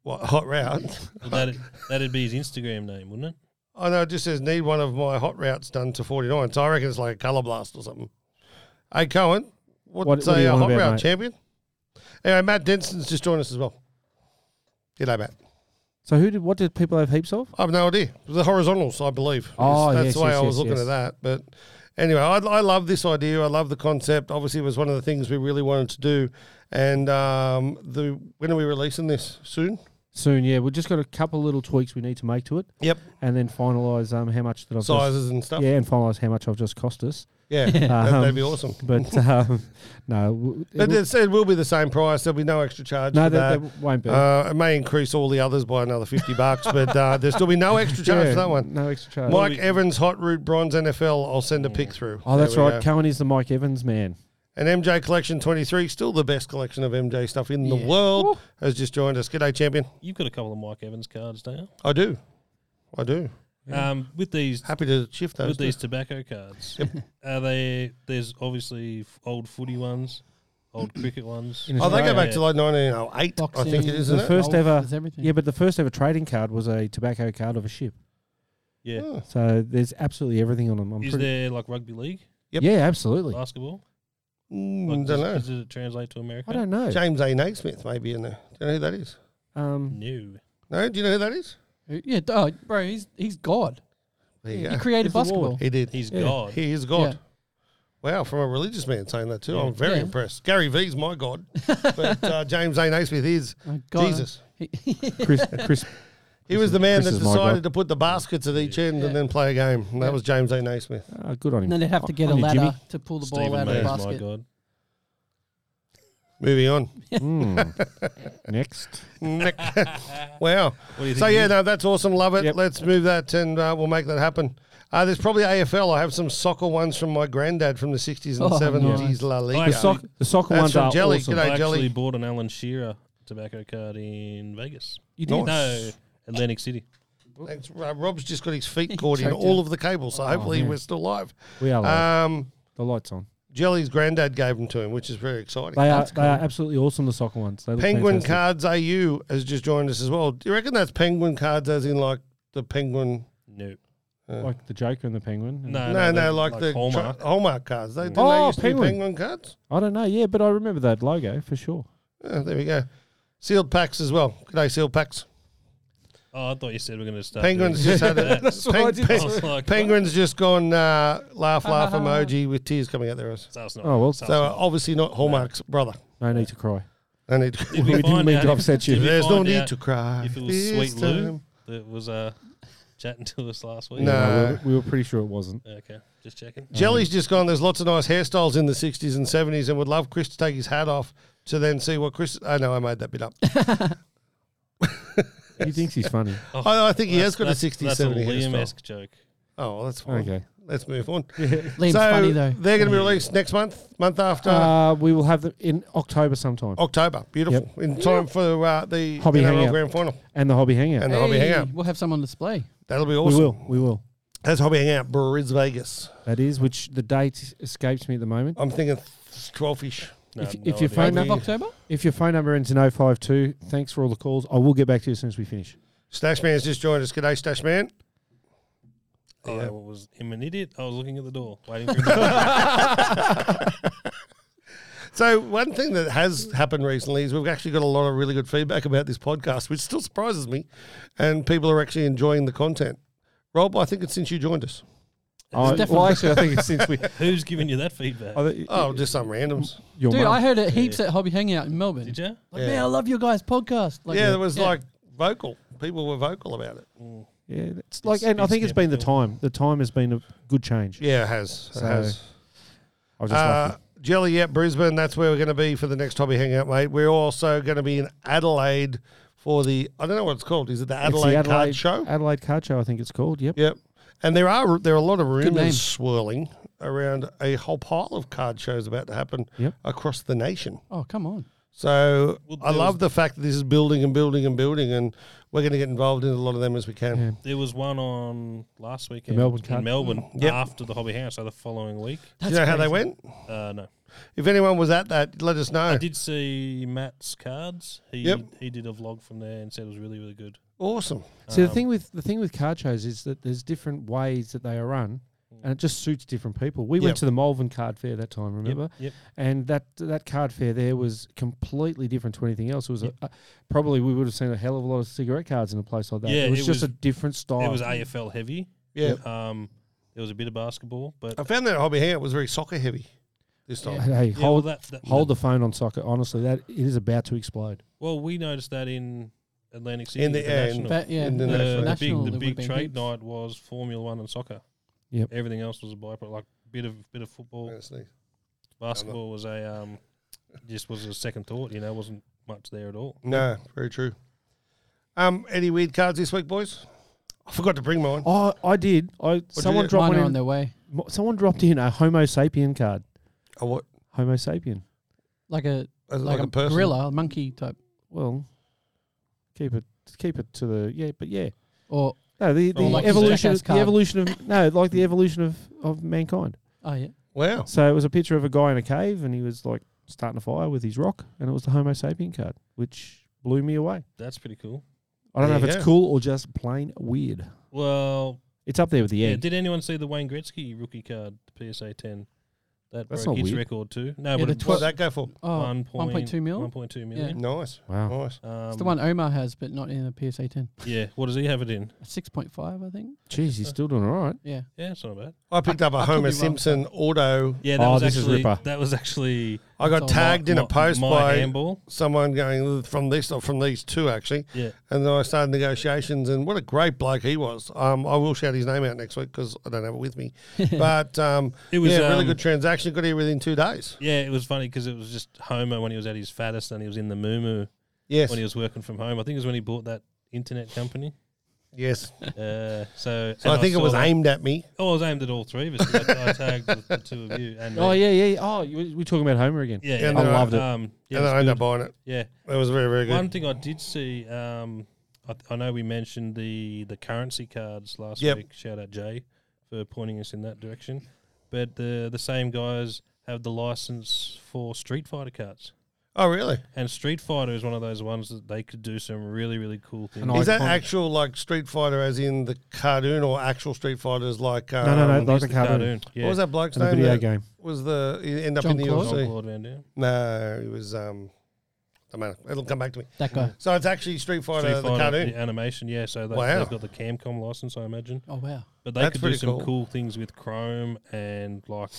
What hot route? [laughs] But that that'd be his Instagram name, wouldn't it? I know it just says need one of my hot routes done to 49. So I reckon it's like a colour blast or something. Hey, Cohen, what's What- what do a you uh, want hot about, route mate? champion? Anyway, Matt Denson's just joined us as well. G'day, Matt. So who did? What did people have heaps of? I have no idea. The horizontals, I believe. Oh, that's yes, the way yes, I was yes, looking at yes. that. But anyway, I, I love this idea. I love the concept. Obviously, it was one of the things we really wanted to do. And um, the when are we releasing this? Soon? Soon, yeah. We've just got a couple little tweaks we need to make to it, Yep. and then finalise um, how much that I've Sizes and Just, stuff. yeah, and finalise how much I've just cost us. [laughs] Yeah. that, Um, that'd be awesome. [laughs] But um, [laughs] no, w- it But w- it's, it will be the same price. There'll be no extra charge. no, for that, that. that won't be. Uh, it may increase all the others by another 50 bucks, but [laughs] uh, there'll still be no extra charge Yeah, for that one. No extra charge. Mike Evans, Hot Root Bronze NFL. I'll send a pic through. oh, that's There we right. go. Cohen is the Mike Evans man. And MJ Collection 23, still the best collection of MJ stuff in the Yeah. world, has just joined us. G'day, champion. You've got a couple of Mike Evans cards, don't you? I do. I do. Um, with these Happy to shift those. with too. these tobacco cards, [laughs] are they? There's obviously f- old footy ones, old cricket ones. In Oh, they go Australia. back to like 1908, I think it Boxing. is, The isn't it? first ever- There's everything. Yeah, but the first ever trading card was a tobacco card of a ship. Yeah. Oh, So there's absolutely everything on them. I'm Is pretty, there like rugby league Yep. Oh, Yeah, absolutely. basketball? mm, Like, don't does, know. does it translate to America? I don't know. James A. Naismith may be in there. Do you know who that is? [laughs] Um, No. No? Do you know who that is? Yeah, d- oh, bro, he's he's God. There you He go. created He's the Lord. basketball. He did. He's Yeah. God. He is God. Wow, from a religious man saying that too. I'm very Yeah. impressed. Gary Vee's my [laughs] God, but uh, James A. Naismith is Yeah. Oh, God. Jesus. Chris, Chris, He was the man Chris that is my God. decided to put the baskets at each end Yeah. and then play a game. And that was James A. Naismith. uh, good on him. And then they'd have to get a On you, Jimmy. ladder to pull the ball Stephen out of May the is my basket. God. Moving on. [laughs] Mm. Next. Nick. wow. What do you So think, yeah, Nick? no, that's awesome. Love it. Yep. Let's move that, and uh, we'll make that happen. Uh, there's probably AFL. I have some soccer ones from my granddad from the 60s and Oh, 70s. nice. La Liga. I The, soc- the soccer That's ones from are Jelly. awesome. G'day, I Jelly. actually bought an Alan Shearer tobacco card in Vegas. You did? No, Atlantic City. Thanks. Rob- uh, Rob's just got his feet caught in choked all out. of the cables, so hopefully Oh, man. we're still live. We are. live. Um, the lights on. Jelly's granddad gave them to him, which is very exciting. They are. That's They are absolutely awesome. The soccer ones. They look Penguin fantastic. Cards AU has just joined us as well. Do you reckon that's Penguin Cards as in like the Penguin? No. like the Joker and the Penguin. and- No, No, no, they're like, the Hallmark. Hallmark, Hallmark cards. They, didn't they Oh, used to be Penguin. Penguin cards? I don't know. Yeah, but I remember that logo for sure. Oh, there we go. Sealed packs as well. G'day, sealed packs. Oh, I thought you said we are going to start. Penguins doing just [laughs] had a [laughs] that. Peng- I Peng- was like, [laughs] Penguins just gone uh, laugh laugh emoji with tears coming out their eyes. So it's not, Oh, well. so it's So uh, not. obviously not Hallmark's brother. No need to cry. I need Did we didn't find mean out to if- upset you. did we There's no find need out to cry. If it was this Sweet Lou time. that was uh, chatting to us last week. No. Yeah, we, were, we were pretty sure it wasn't. Okay, just checking. Mm-hmm. Jelly's just gone. There's lots of nice hairstyles in the 60s and 70s, and would love Chris to take his hat off to then see what Chris. Oh no, I made that bit [laughs] up. He thinks he's funny. I, I think he has got a Oh. That's- 60s, That's a 70s hairstyle. Liam-esque joke. Oh, well, that's fine. Okay. Let's move on. Liam's so funny though. they're going to be released next month, month after Uh, we will have them in October sometime, October. Beautiful. In time for uh, the Hobby NRL hangout. Grand Final. and the hobby hangout. And the Hobby Hey, Hangout. We'll have some on display. That'll be we awesome. will. We will. That's Hobby Hangout, Bris Vegas. That is, which the date escapes me at the moment. I'm thinking 12ish. No, If- no if you idea. find Eighth of Maybe. October. If your phone number ends in 052, thanks for all the calls. I will get back to you as soon as we finish. Stash Man's just joined us. G'day, Stash Man. Oh, Yeah. I was him an idiot. I was looking at the door, waiting [laughs] for him. So, one thing that has happened recently is we've actually got a lot of really good feedback about this podcast, which still surprises me. And people are actually enjoying the content. Rob, I think it's since you joined us. I, well, definitely- actually, I think it's since we. Who's giving you that feedback? I [laughs] think- Oh, just some randoms. your Dude, mum. I heard it heaps at Hobby Hangout in Melbourne. Did you? Like, Yeah. man, I love your guys' podcast. Like, yeah, it was like vocal. People were vocal about it. yeah, it's like, and I it's think it's been the skeptical. time. The time has been a good change. Yeah, it has. It So, has. I was just Uh, lucky. Jelly at Brisbane. That's where we're going to be for the next hobby hangout, mate. We're also going to be in Adelaide for the I don't know what it's called. Is it the It's the Adelaide, Card Show? Adelaide Card Show, I think it's called. Yep. Yep. And there are there are a lot of name. rumors swirling around a whole pile of card shows about to happen Yep. across the nation. oh, come on. So Well, I there love was- the fact that this is building and building and building, and we're going to get involved in a lot of them as we can. Yeah. There was one on last weekend Melbourne in Cup. Melbourne Yep. after the Hobby House, so the following week. Do you know how they went? Uh, no, If anyone was at that, let us know. I did see Matt's cards. He Yep. he did a vlog from there and said it was really really good. Awesome. See, the thing with the thing with card shows is that there's different ways that they are run, and it just suits different people. We Yep. went to the Malvern Card Fair that time, remember? Yep. And that that card fair there was completely different to anything else. It was a, a, probably we would have seen a hell of a lot of cigarette cards in a place like that. Yeah, it was it just was- a different Oh, style. It was AFL heavy. Yeah. Um, there was a bit of basketball, but I found that hobby hangout was very soccer heavy this [laughs] time. [laughs] Hey, Yeah, hold well, that, that, hold the phone on soccer. Honestly, that it is about to explode. Well, we noticed that in Atlantic City In the air, in International. the- But, yeah, In the the, national- the national, big there the would've big been trade heaps. night was Formula One and soccer. Yep. Everything else was a byproduct, like bit of bit of football. Basketball was a um, just was a second thought. You know, wasn't much there at all. No, very true. Um, any weird cards this week, boys? I forgot to bring mine. Oh, I did. I someone get? dropped Mine one are on in, their way. mo- someone dropped in a Homo sapien card. Oh, what? Homo sapien. Like a As- like, a, person? gorilla, a monkey type, Well, keep it keep it to the yeah, but yeah. or No, the, Well, the like his evolution, jackass of, the card. evolution of no, like the evolution of, of mankind. oh yeah, Wow. So it was a picture of a guy in a cave, and he was like starting a fire with his rock, and it was the Homo sapien card, which blew me away. That's pretty cool. I don't There know you if it's go. cool or just plain weird. Well, It's up there with the Yeah. egg. Did anyone see the Wayne Gretzky rookie card, the PSA 10? That That's broke not his weird. record too. No, Yeah, but the it tw- was What'd that go for? Oh, 1.2 mil? 1.2 million. Nice. wow. Nice. Um, it's the one Omar has, but not in the PSA 10. Yeah. What does he have it in? Six point five, I think. Jeez, he's still doing all right. Yeah. Yeah, it's not bad. I picked up a I could be Homer wrong. Simpson auto. Yeah, that Oh, was this is actually Ripper. that was actually I got That's a lot- tagged in my- a post my by handball. someone going from this or from these two actually. Yeah. And then I started negotiations, and what a great bloke he was. Um, I will shout his name out next week because I don't have it with me. but um, It was, yeah, really um, good transaction. Got here within two days. Yeah, it was funny because it was just Homer when he was at his fattest and he was in the moo moo Yes, when he was working from home. I think it was when he bought that internet [laughs] company. yes. Uh, so So I and think it saw was that- aimed at me. Oh, it was aimed at all three of us. but I tagged the, the two of you. [laughs] And Oh me. yeah, yeah. yeah. Oh, you- we're talking about Homer again. yeah, And yeah. I loved it. Um, yeah, and it then I was ended up good. buying it. yeah. It was very, very good. One thing I did see, um, I, I know we mentioned the the currency cards last Yep. week. Shout out Jay for pointing us in that direction. But the the same guys have the license for Street Fighter cards, oh, really? and Street Fighter is one of those ones that they could do some really really cool things. And I- Is that Iconic. actual like Street Fighter, as in the cartoon, or actual Street Fighters like? Um, No, no, no. Use Like the the cartoon, Yeah. What was that bloke's and the name? video that game. Was the he ended up John in the Claude? UFC? Jean-Claude Van Damme. No, it was um. Don't matter. It'll come back to me. That [laughs] guy. So it's actually Street Fighter, Street the Fighter, cartoon. the animation, yeah. So they, Wow. they've got the Camcom license, I imagine. Oh wow. But they That's could do pretty some cool. cool. things with Chrome and like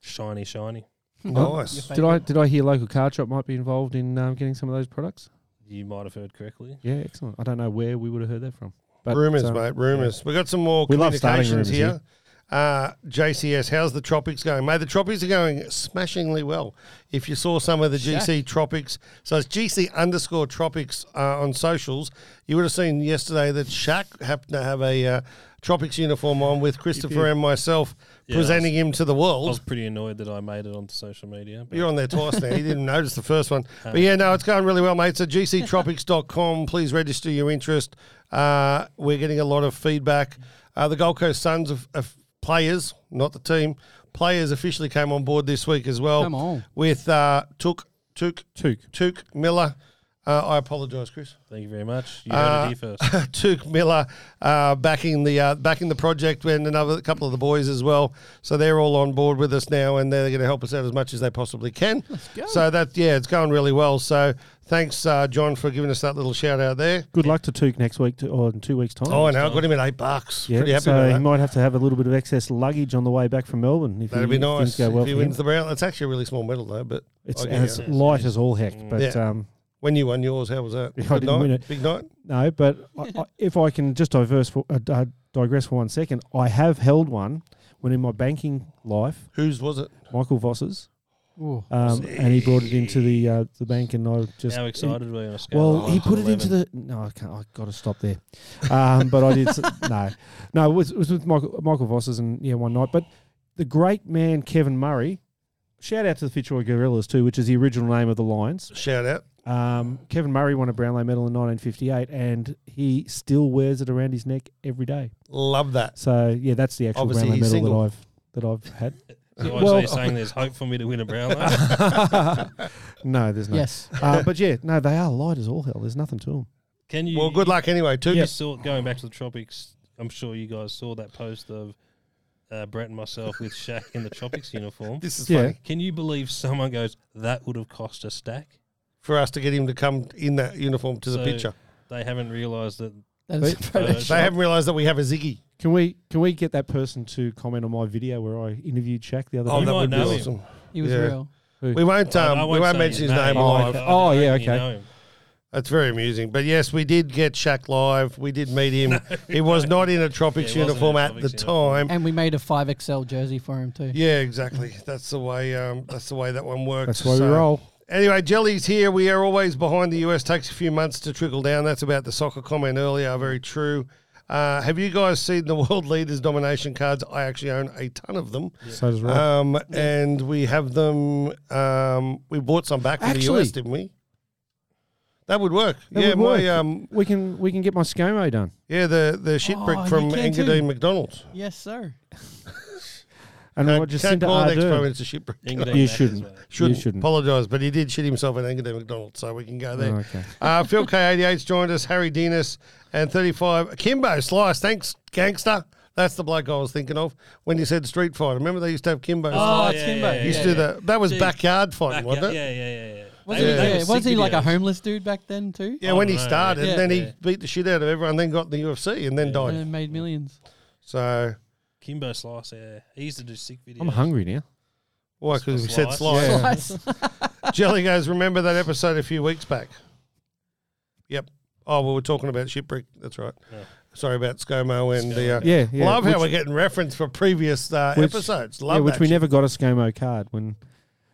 shiny, shiny. Your Nice. Did I favourite. did I hear local card shop might be involved in um, getting some of those products? You might have heard correctly. Yeah, excellent. I don't know where we would have heard that from. But Rumors, um, mate. Rumors. We got some more We love starting communications rumours here. Uh, JCS, how's the tropics going, mate? The tropics are going smashingly well. If you saw some of the GC tropics, so it's GC underscore tropics uh, on socials. You would have seen yesterday that Shaq happened to have a uh, tropics uniform on with Christopher and myself Yeah, presenting him to the I world. was pretty annoyed that I made it onto social media. But You're on there twice now. You [laughs] didn't notice the first one. Uh. But yeah, no, it's going really well, mate. So gctropics.com, please register your interest. Uh, we're getting a lot of feedback. Uh, the Gold Coast Suns of, of players, not the team, players officially came on board this week as well. Come on. With uh, Took, Took, Took. Took Miller. Uh, I apologise, Chris. thank you very much. Uh, You heard it here [laughs] first. Took Miller uh, backing the uh, backing the project and another couple of the boys as well. So they're all on board with us now, and they're going to help us out as much as they possibly can. So that yeah, it's going really well. So thanks, uh, John, for giving us that little shout out there. Good luck to Took next week to, or in two weeks' time. Oh, and I got him at eight bucks. yeah. Pretty happy so about he that. might have to have a little bit of excess luggage on the way back from Melbourne. If That'd he- be if nice Things go well if he for him. wins the brown. It's actually a really small medal though, but It's I get as it. light as all heck, but Yeah. um, when you won yours, how was that? Yeah, I Good didn't night? win it. Big night. no. But I, I, if I can just diverse for, uh, uh, digress for one second, I have held one when in my banking life, Whose was it? Michael Voss's, Ooh. um, and he brought it into the uh, the bank, and I just How excited were you on a scale? Well, of he one put to it into 11? the. No, I can't. I got to stop there. Um, but I did. s- [laughs] no, no, it was, it was with Michael, Michael Voss's and yeah, one night. But the great man Kevin Murray. Shout out to the Fitzroy Gorillas too, which is the original name of the Lions. Shout out. Um, Kevin Murray won a Brownlow medal in 1958, and he still wears it around his neck every day. Love that. So yeah, that's the actual Obviously, Brownlow he's medal single. that I've that I've had. So I well- was saying there's hope for me to win a Brownlow. [laughs] [laughs] No, there's no. Yes. Uh, but yeah, no, they are light as all hell. There's nothing to them. Can you? Well, good luck anyway. Two You saw going back to the tropics. I'm sure you guys saw that post of uh, Brett and myself with Shaq in the [laughs] tropics uniform. This is Yeah. funny. Can you believe someone goes that would have cost a stack? for us to get him to come in that uniform to the So- picture. They haven't realised that. That is a [laughs] photo. They They haven't realised that we have a Ziggy. Can we can we get that person to comment on my video where I interviewed Shaq the other Oh, day? that might know him. He was Yeah. real. We won't, um, I we won't say mention his name Oh, live. okay. Oh, yeah, You okay. know him. That's very amusing. But yes, we did get Shaq live. We did meet [laughs] him. he was not in a Tropics Yeah, he wasn't uniform in a at the Tropics uniform. time. And we made a five XL jersey for him too. Yeah, exactly. That's the way. Um, that's the way that one works. That's why So- we roll. Anyway, Jelly's here. We are always behind the US. Takes a few months to trickle down. That's about the soccer comment earlier. Very true. Uh, have you guys seen the [laughs] world leaders domination cards? I actually own a ton of them. So does Rob. Um, and we have them. Um, we bought some back from Actually- the US, didn't we? That would work. That yeah, would my work. um, we can we can get my ScoMo done. yeah, the the shit brick Oh, you from can too. Engadine McDonald's. Yes, sir. And Can't- I just can't send to call Uh, next time Ardern. it's a shit brick. England You matters, shouldn't. mate. Shouldn't, You shouldn't. apologise, but he did shit himself at Engadine McDonald's, so we can go there. Oh, okay. [laughs] Uh, Phil K88's joined us, Harry Dinas, and 35 Kimbo Slice. Thanks, gangster. That's the bloke I was thinking of when you said Street Fighter. Remember they used to have Kimbo? Oh, Oh, yeah, Timbo. yeah, yeah, used yeah, to do yeah. that. That was Dude. backyard fighting, Back- wasn't it? yeah, yeah, yeah, yeah. Was, They he, were- they yeah, were was sick he like a videos. homeless dude back then too? Yeah, Oh, when he no, yeah. started, Yeah. then he Yeah. beat the shit out of everyone, then got in the UFC, and then died. And made millions. So Kimbo Slice, yeah. He used to do sick videos. I'm hungry now. why? Because we said Slice. slice. [laughs] Yeah. [laughs] [laughs] Jelly goes. Remember that episode a few weeks back? Yep. Oh, we were talking about shipwreck. That's right. Yeah. Sorry about ScoMo and the. Uh, ScoMo. Yeah, yeah. Love which, how we're getting reference for previous uh, Which- episodes. Love yeah, which that we shit. never got a ScoMo card when.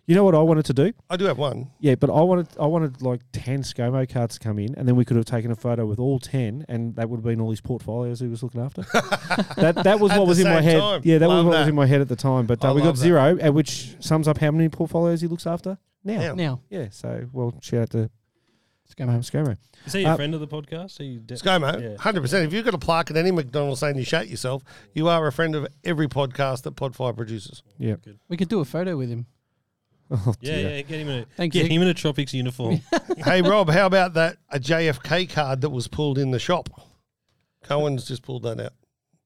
You know what I wanted to do? I do have one. Yeah, but I wanted I wanted like ten ScoMo cards to come in, and then we could have taken a photo with all ten, and that would have been all his portfolios he was [laughs] looking after. that that was At what was the in my same head. time. Yeah, that Love was what that. was in my head at the time. But I uh, we got love that. zero, and which sums up how many portfolios he looks after now. Yeah. Now, Yeah, so well, shout out to um, ScoMo. ScoMo. Is he a Uh, friend of the podcast? He de- ScoMo, Yeah. hundred percent. If you've got a plaque at any McDonald's saying you shat yourself, you are a friend of every podcast that Podfire produces. Yeah. [laughs] We could do a photo with him. Oh, yeah, dear. yeah, get him in a Thanks, get Nick. him in a tropics [laughs] uniform. hey Rob, how about that a JFK card that was pulled in the shop? Cohen's just pulled that out.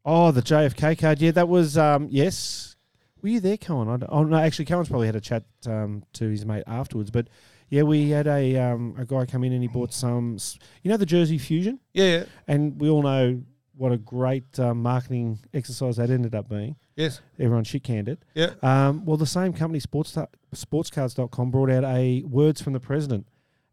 Oh, the JFK card. Yeah, that was um, yes. Were you there, Cohen? I d oh no, actually, Cohen's probably had a chat um, to his mate afterwards. But yeah, we had a um, a guy come in and he bought some. s- You know the Jersey Fusion, Yeah, yeah. and we all know what a great uh, marketing exercise that ended up being. yes, Everyone shit canned it. yeah. Um, well, the same company, sports sportscards.com, brought out a words from the president,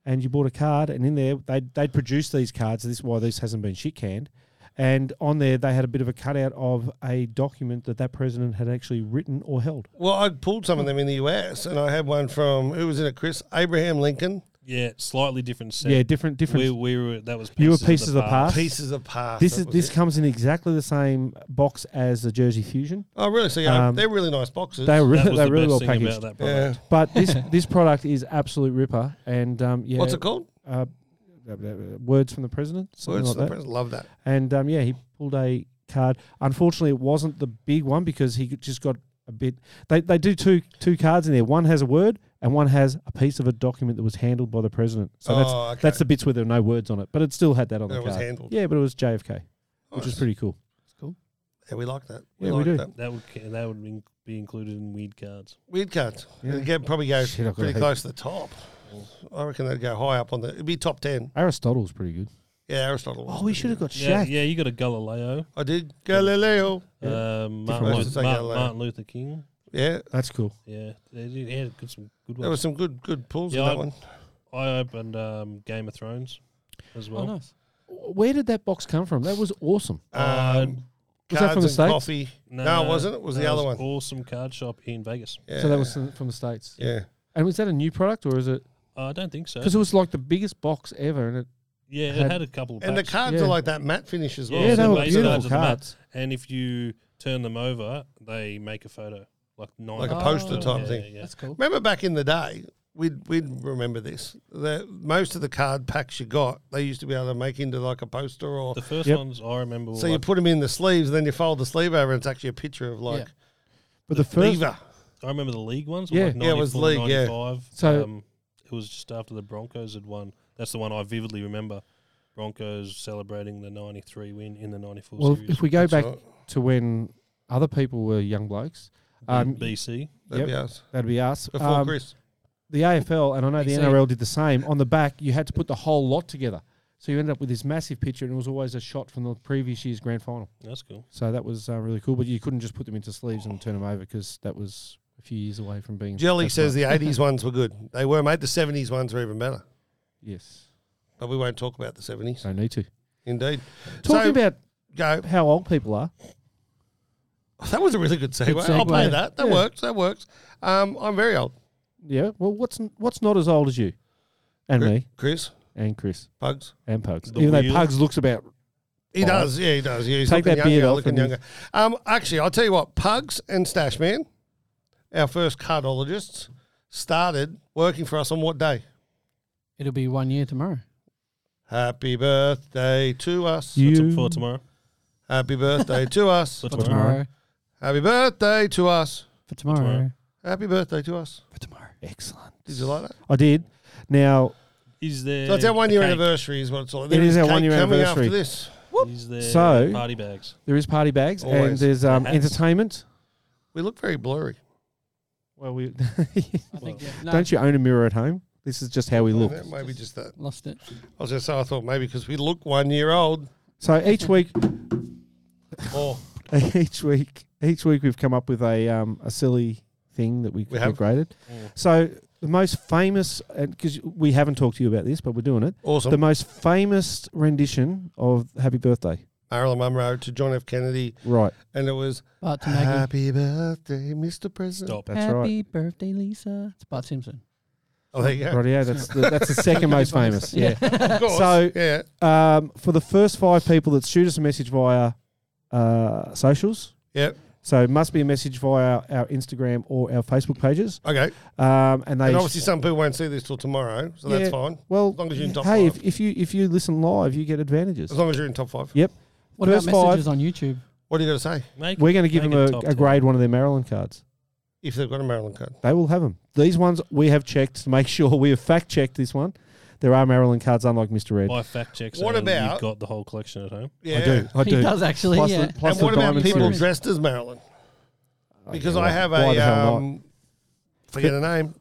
and you bought a card, and in there they'd, they'd produced these cards. This is why this hasn't been shit canned. And on there, they had a bit of a cutout of a document that that president had actually written or held. Well, I pulled some of them in the US, and I had one from who was in it? Chris Abraham Lincoln. yeah, slightly different set. Yeah, different, different. we, we were that was You were pieces of the past. Pieces of past. this that is was this it. comes in exactly the same box as the Jersey Fusion. Oh, really? So yeah, um, they're really nice boxes. They were [laughs] That really, was they're the really best well thing packaged. about that yeah. product. But this this product is absolute ripper, and um, yeah, What's it called? Uh, uh, uh, words from the president. Something Words like to the that. President. Love that. And um, yeah, he pulled a card. Unfortunately, it wasn't the big one because he just got a bit. They, they do two two cards in there. One has a word, and one has a piece of a document that was handled by the president. So that's Oh, okay. that's the bits where there are no words on it, but it still had that on It the was card. handled. Yeah, but it was JFK, which is Nice. pretty cool. Yeah, we like that. Yeah, we like do. That. That would ca- that would in- be included in weird cards. Weird cards. Yeah. It'd get, probably go Shit, I've got a pretty heap. close to the top. I reckon they'd go high up on the. It'd be top ten. Aristotle's pretty good. Yeah, Aristotle. was Oh, we pretty should have good. got Yeah, Shaq. yeah, you got a Galileo, I did Galileo. um, Different Martin, ones. Luther, Say Mar- Galileo. Martin Luther King. Yeah, That's cool. Yeah, they did, he had good, some good there ones. was some good good pulls Yeah, in that I- one. I opened um, Game of Thrones as well. Oh, nice. Where did that box come from? That was awesome. Uh, Um, was that cards from the and States? coffee. No, it wasn't. It was the no, other it one. Awesome card shop in Vegas. Yeah. So that was from the states. Yeah. And was that a new product or is it? Uh, I don't think so. Because it was like the biggest box ever, and it Yeah, it had- had a couple. Of And the packs. cards Yeah. are like that matte finish as well. Yeah, yeah, so they were basically beautiful those are the cards. and if you turn them over, they make a photo like nine, Like a photos. poster Yeah, type yeah, thing. yeah. That's cool. Remember back in the day, we'd we'd remember this. That most of the card packs you got, they used to be able to make into like a poster or. The first Yep. ones I remember. so were you like, put them in the sleeves, then you fold the sleeve over, and it's actually a picture of like But the first Lever. I remember the league ones. Yeah. were like Yeah, it was 94, league, yeah. 95. So- um, it was just after the Broncos had won. That's the one I vividly remember. Broncos celebrating the '93 win in the '94 Well, series. if we go That's back right. to when other people were young blokes, um, BC, That'd Yep. be us. that'd be us. Before Um, Chris. the AFL, and I know the Big C. NRL did the same, on the back, you had to put the whole lot together. So you ended up with this massive picture, and it was always a shot from the previous year's grand final. that's cool. So that was uh, really cool, but you couldn't just put them into sleeves and turn them over because that was a few years away from being. Jelly that's says not- the 80s ones were good. They were, mate. The 70s ones were even better. Yes, But we won't talk about the 70s. don't need to. Indeed. Talking so, about go. how old people are, That was a really good segue. Good I'll play segue. that. That Yeah. works. That works. Um, I'm very old. yeah, well, what's what's not as old as you and me Chris, and Chris Pugs. and Pugs? The Even wheel. though Pugs looks about He Five. does. Yeah, he does. Yeah, he's Take looking that younger, beard off looking and- younger. Um, actually, I'll tell you what. Pugs and Stash Man, our first cardiologists, started working for us on what day? It'll be one year tomorrow. Happy birthday to us. That's up you. for tomorrow. Happy birthday to us. [laughs] For For tomorrow. tomorrow. Happy birthday to us. For tomorrow. Tomorrow. Happy birthday to us. For tomorrow. Excellent. Did you like that? I did. Now, Is there? So it's our one year a cake? anniversary, is what it's like. It There is our cake one-year coming anniversary. after this. Is there So- party bags? There is party bags and Always. there's um, Hats. entertainment. We look very blurry. Well, we I think, yeah. No, don't you own a mirror at home? This is just how we look. Maybe just that. Lost it. I was just I thought maybe because we look one year [laughs] old. So each week, [laughs] Or Oh, each week, each week we've come up with a um, a silly thing that we, Mm. We we have. have graded. So the most famous, because we haven't talked to you about this, but we're doing it. awesome. The most famous rendition of "Happy Birthday." Marilyn Monroe to John F. Kennedy, Right. and it was Bart to Maggie. Happy Birthday, Mr. President. Stop. That's right. Happy birthday, Lisa. It's Bart Simpson. Oh, there you go. Right. Yeah. That's the, that's the [laughs] second most [laughs] famous. Yeah. Of course. So- yeah, um, for the first five people that shoot us a message via uh, socials. Yep. So it must be a message via our Instagram or our Facebook pages. okay. Um, and they And obviously, some people won't see this till tomorrow, so that's Yeah. fine. well, As long as you're in top hey, five. if, if you if you listen live, you get advantages. As long as you're in top five. What First about messages on YouTube? What are you going to say Make We're going to give make them a, it top a grade one of their Maryland cards. if they've got a Maryland card? They will have them. These ones we have checked to make [laughs] sure we have fact checked this one. There are Maryland cards, unlike Mr. ten. Red. Buy fact checks. What and about- You've got the whole collection at home. Yeah. I do. I he do. does actually. Plus yeah. the, plus and the what about diamond people series. dressed as Marilyn? Oh, Because yeah, I why- have why the a hell not? um, forget her name.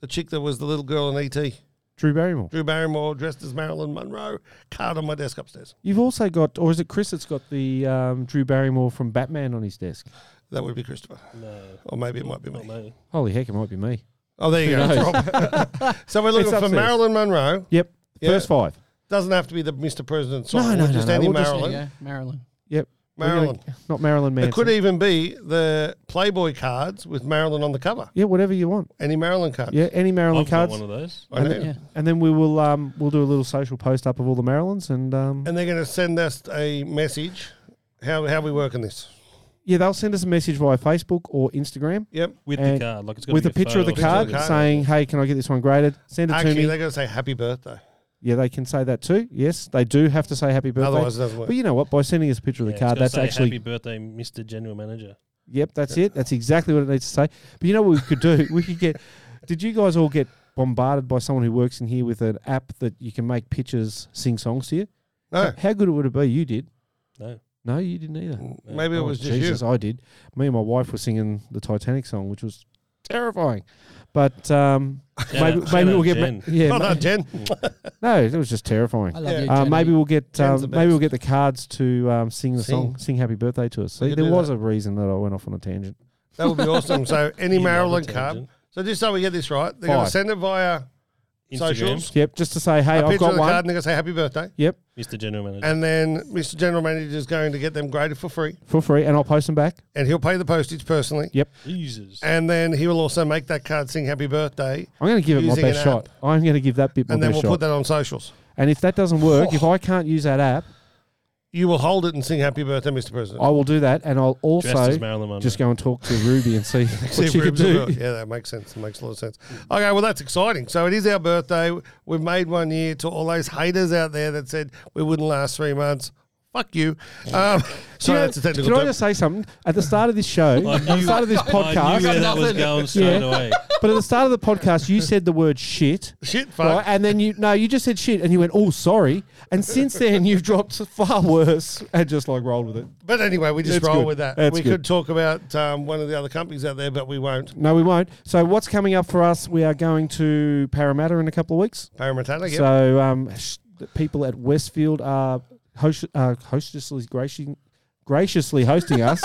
The chick that was the little girl in ET, Drew Barrymore. Drew Barrymore, dressed as Marilyn Monroe, card on my desk upstairs. You've also got, or is it Chris that's got the um, Drew Barrymore from Batman on his desk? That would be Christopher, No, or maybe it might be not me. me. Holy heck, it might be me. Oh, there you go. knows? It's [laughs] Rob. so we're looking It's for upstairs. Marilyn Monroe. Yep. Yeah. First five. Doesn't have to be the Mr. President song. No, no, just no, no, any we'll just- There you Marilyn. go, Marilyn. Yep. We're gonna- Marilyn. Not Marilyn Manson. It could even be the Playboy cards with Marilyn on the cover. yeah, whatever you want. Any Marilyn card. Yeah, any Maryland I've got cards. one of those. Okay. Yeah. And then we will um, we'll do a little social post up of all the Marylands and um, And they're going to send us a message. How, how we working this? yeah, they'll send us a message via Facebook or Instagram Yep. With And the card, like it's got with a picture of the photo or card something. saying, "Hey, can I get this one graded?" Send it Actually, to me. they're going to say happy birthday. yeah, they can say that too. Yes, they do have to say happy birthday. Otherwise, it doesn't work. but you know what? By sending us a picture of the card, that's actually happy birthday, Mr. General Manager. Yep, that's it. That's exactly what it needs to say. But you know what we [laughs] could do? We could get. Did you guys all get bombarded by someone who works in here with an app that you can make pictures sing songs to you? No, How good would it be? You did. No. No, you didn't either. maybe it Oh, was just Jesus, you. I did. Me and my wife were singing the Titanic song, which was terrifying. But um, [laughs] maybe, out- shout maybe out we'll get Jen. ma- [laughs] yeah. Oh, no, ma- Jen. no, it was just terrifying. I love Yeah. you. Uh, Jenny. maybe we'll get Jen's the um, maybe we'll best. get the cards to um, sing the Sing. song, sing "Happy Birthday" to us. We See, could there do was that. a reason that I went off on a tangent. That would be awesome. So any [laughs] You love a Maryland card. tangent. So just so we get this right, they're going to Five. send it via Instagram, socials. Yep, just to say, hey, a I've picture of got the one. card and they're going to say happy birthday. Yep, Mr. General Manager. And then Mr. General Manager is going to get them graded for free for free, and I'll post them back. and he'll pay the postage personally. Yep, Jesus. And then he will also make that card sing happy birthday. I'm going to give it my Using an best shot. I'm going to give that bit my And then best we'll shot. put that Oh. on socials. and if that doesn't work, if I can't use that app, You will hold it and sing happy birthday, Mr. President. I will do that, and I'll Dressed as also Marilyn Monroe. just go and talk to Ruby and [laughs] see [laughs] what See if she can Ruben's do. will. Yeah, that makes sense. It makes a lot of sense. Okay, well, that's exciting. So it is our birthday. We've made one year to all those haters out there that said we wouldn't last three months. Fuck you. Um, Do you sorry, know- that's a technical can I term. just say something? At the start of this show, [laughs] at the knew- start of this I knew where podcast, that was going straight away. [laughs] but at the start of the podcast, you said the word shit. Shit, Right, fuck. and then you no, you just said shit, and you went, "Oh, sorry." And since then, you've dropped far worse, and just like rolled with it. But anyway, we just That's roll good. with that. That's we good. could talk about um, one of the other companies out there, but we won't. No, we won't. So what's coming up for us? We are going to Parramatta in a couple of weeks. Paramatanna, yep. So um, sh- the people at Westfield are host- uh, hostiously graci- graciously hosting us.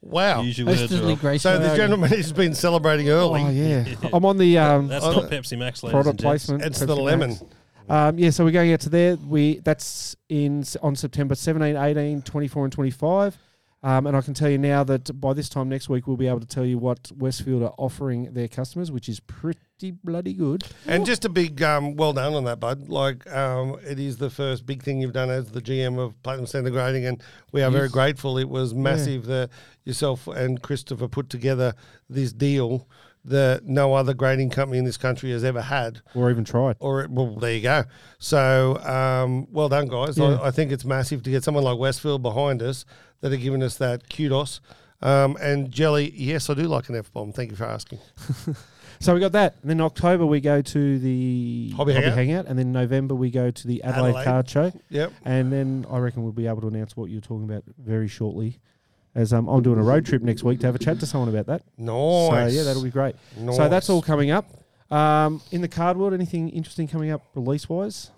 wow. Use your words, Hostily Rob. gracious. So the general [laughs] manager's been celebrating early. [laughs] uh, oh yeah, [laughs] I'm on the um, That's Oh, not Pepsi Max, ladies product and gents. placement. It's the Pepsi lemon. Max. Um, yeah, so we're going out to there. We that's in s- on September 17, 18, 24, and 25. Um, and I can tell you now that by this time next week, we'll be able to tell you what Westfield are offering their customers, which is pretty bloody good. And just a big um, well done on that, bud. Like um, it is the first big thing you've done as the GM of Platinum Centre Grading, and we are very grateful. It was massive that yourself and Christopher put together this deal that no other grading company in this country has ever had. Or even tried. Or it, well, there you go. So um, well done, guys. Yeah. I, I think it's massive to get someone like Westfield behind us that are giving us that kudos. Um, and Jelly, yes, I do like an F bomb. Thank you for asking. So we got that. And then October we go to the Hobby Hangout. and then November we go to the Adelaide, Adelaide. Card Show. Yep. And then I reckon we'll be able to announce what you're talking about very shortly. As um, I'm doing a road trip next week to have a chat to someone about that. Nice. So yeah, that'll be great. Nice. So that's all coming up. Um, in the card world, anything interesting coming up release wise?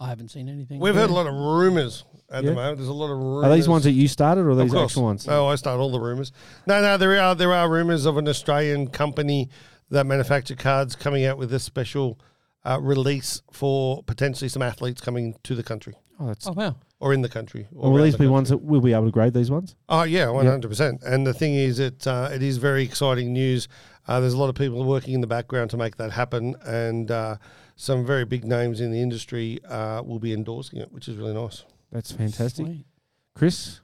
I haven't seen anything. We've heard a lot of rumours at Yeah. the moment. There's a lot of rumours. Are these ones that you started or are Of these course. actual ones? No, I start all the rumours. No, no, there are there are rumours of an Australian company that manufacture cards coming out with a special uh, release for potentially some athletes coming to the country Oh, that's. Oh wow! or in the country. or Well, will around these the be country. ones that we'll be able to grade these ones? Oh yeah, one hundred percent. And the thing is, it uh, it is very exciting news. Uh, there's a lot of people working in the background to make that happen, and uh, some very big names in the industry uh, will be endorsing it, which is really nice. That's fantastic. Sweet. Chris,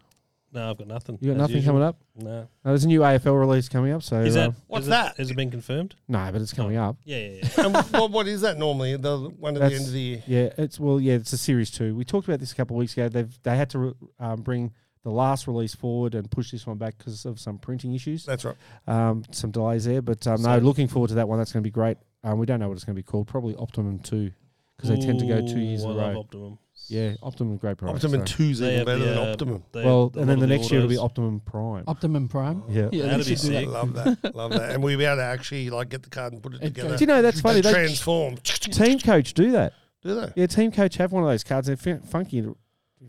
No, I've got nothing. you got nothing coming up? No. No, there's a new AFL release coming up, so Is that um, What's is it- that? Has it been confirmed? no, but it's coming up. Yeah, yeah, [laughs] [laughs] yeah. and what, what is that normally? The one at the That's- end of the year. Yeah, it's well, yeah, it's a series two. We talked about this a couple of weeks ago. They've they had to re- um, bring the last release forward and push this one back because of some printing issues, That's right. um, some delays there. But um, no, looking forward to that one. That's going to be great. Um, we don't know what it's going to be called. Probably Optimum Two because they tend to go two Ooh, years in I a love row. Optimum. Yeah, Optimum Great Price. Optimum so- two's They even have better the, than uh, Optimum. they have Well, a and lot then of the next year it'll be autos. Optimum Prime. Optimum Prime. Yeah. yeah [laughs] That'd they be should do sick. that. Love [laughs] that. Love that. And we'll be able to actually like get the card and put it It together. Do you know that's funny? and They, transform. team coach do that. Do they? Yeah, team coach have one of those cards. They're fin- funky. to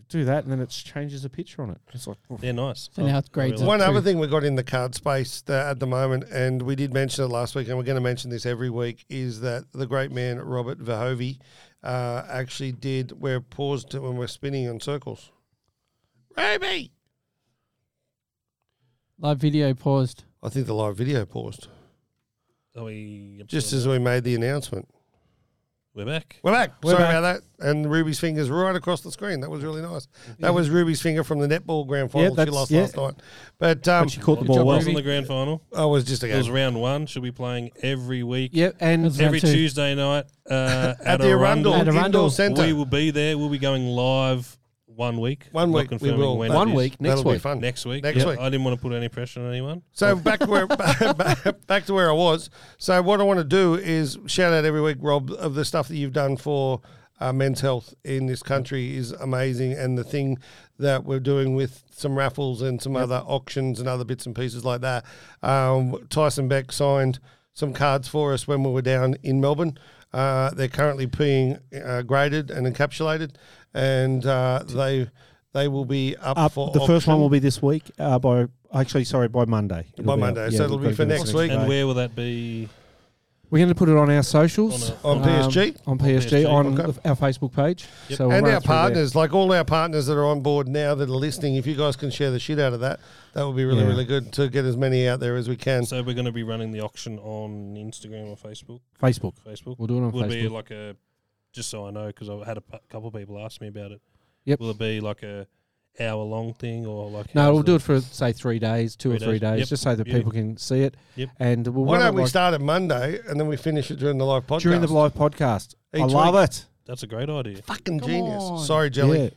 Do that, and then it changes the picture on it. It's like They're nice. So now it's grades really like up. One too. other thing we got in the card space that at the moment, and we did mention it last week, and we're going to mention this every week, is that the great man Robert Verhovie uh, actually did. We're paused to- when we're spinning in circles. Roby, Live video paused. I think the live video paused Are we up to just the- as we made the announcement. we're back. We're back. We're Sorry back. about that. And Ruby's fingers right across the screen. That was really nice. That was Ruby's finger from the netball grand Yeah, final she that's- lost yeah. last night. But um, But she caught the Good ball job, well. Ruby. in the grand final. I was just a It was game. round one. Should be playing every week, Yeah, and That's every round two. Tuesday night uh, at, At the Arundel, At Arundel. Indoor Centre. We will be there. We'll be going live one week. One Not week, we confirming will. when One it is. week, next That'll be week. fun. Next week. Next week. I didn't want to put any pressure on anyone. So back where [laughs] back, back to where I was. So what I want to do is shout out every week, Rob, of the stuff that you've done for uh, men's health in this country is amazing, and the thing that we're doing with some raffles and some other auctions and other bits and pieces like that. Um, Tyson Beck signed some cards for us when we were down in Melbourne. Uh, they're currently being uh, graded and encapsulated, and uh, they they will be up, Up, for Uh, the first one auction will be this week. Uh, by actually, sorry, by Monday. It'll By be Monday, up. so it'll we've be got for to do it next week. And day. where will that be? We're going to put it on our socials On a- on um, PSG. on PSG, PSG, on okay. the- our Facebook page. Yep. So we'll and run our it through there. partners, like all our partners that are on board now that are listening, if you guys can share the shit out of that, that would be really, Yeah. really good to get as many out there as we can. So we're going to be running the auction on Instagram or Facebook. Facebook. Facebook We'll do it on will Facebook. be like a just so I know because I've had a pu- couple people ask me about it. Yep. Will it be like a hour long thing or like? no, how's we'll do it for say three days, two or Three three days. days, Yep. just so that Beauty. people can see it. Yep. And we'll Why run don't it we like start at Monday and then we finish it during the live podcast? during the live podcast. Each I love week. it. That's a great idea. Fucking Come genius. on. Sorry, Jelly. Yeah.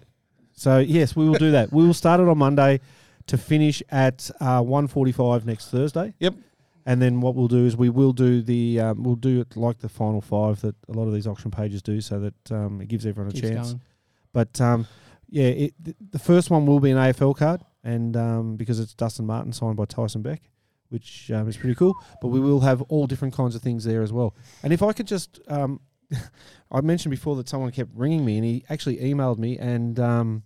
So yes, we will do that. we will start it on Monday to finish at uh, one forty-five next Thursday. Yep. And then what we'll do is we will do the um, we'll do it like the final five that a lot of these auction pages do, so that um, it gives everyone a Keeps chance. going. But um, yeah, it, th- the first one will be an AFL card, and um, because it's Dustin Martin signed by Tyson Beck, which um, is pretty cool. But we will have all different kinds of things there as well. And if I could just, um, [laughs] I mentioned before that someone kept ringing me, and he actually emailed me, and um,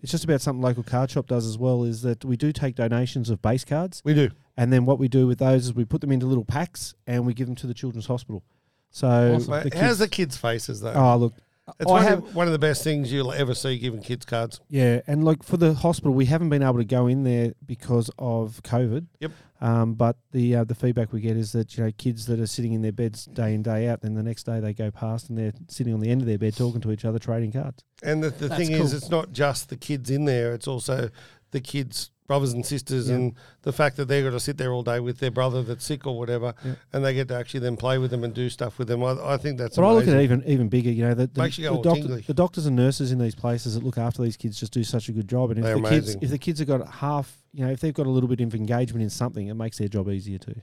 it's just about something local card shop does as well. Is that we do take donations of base cards, We do. and then what we do with those is we put them into little packs and we give them to the children's hospital. So Awesome. the Mate, kids- how's the kids' faces, though? oh look, it's I one, have- of, one of the best things you'll ever see giving kids cards. Yeah, and like for the hospital, we haven't been able to go in there because of COVID. Yep. Um, but the uh, the feedback we get is that you know kids that are sitting in their beds day in day out, then the next day they go past and they're sitting on the end of their bed talking to each other, trading cards. And the, the That's thing is, cool. it's not just the kids in there, it's also the kids, brothers and sisters, and the fact that they're going to sit there all day with their brother that's sick or whatever, and they get to actually then play with them and do stuff with them. I, I think that's. But I look at amazing. it even even bigger. You know, the, the, Makes you go the all doctor- tingly. the doctors and nurses in these places that look after these kids just do such a good job. And if They're the amazing. kids if the kids have got half, you know, if they've got a little bit of engagement in something, it makes their job easier too.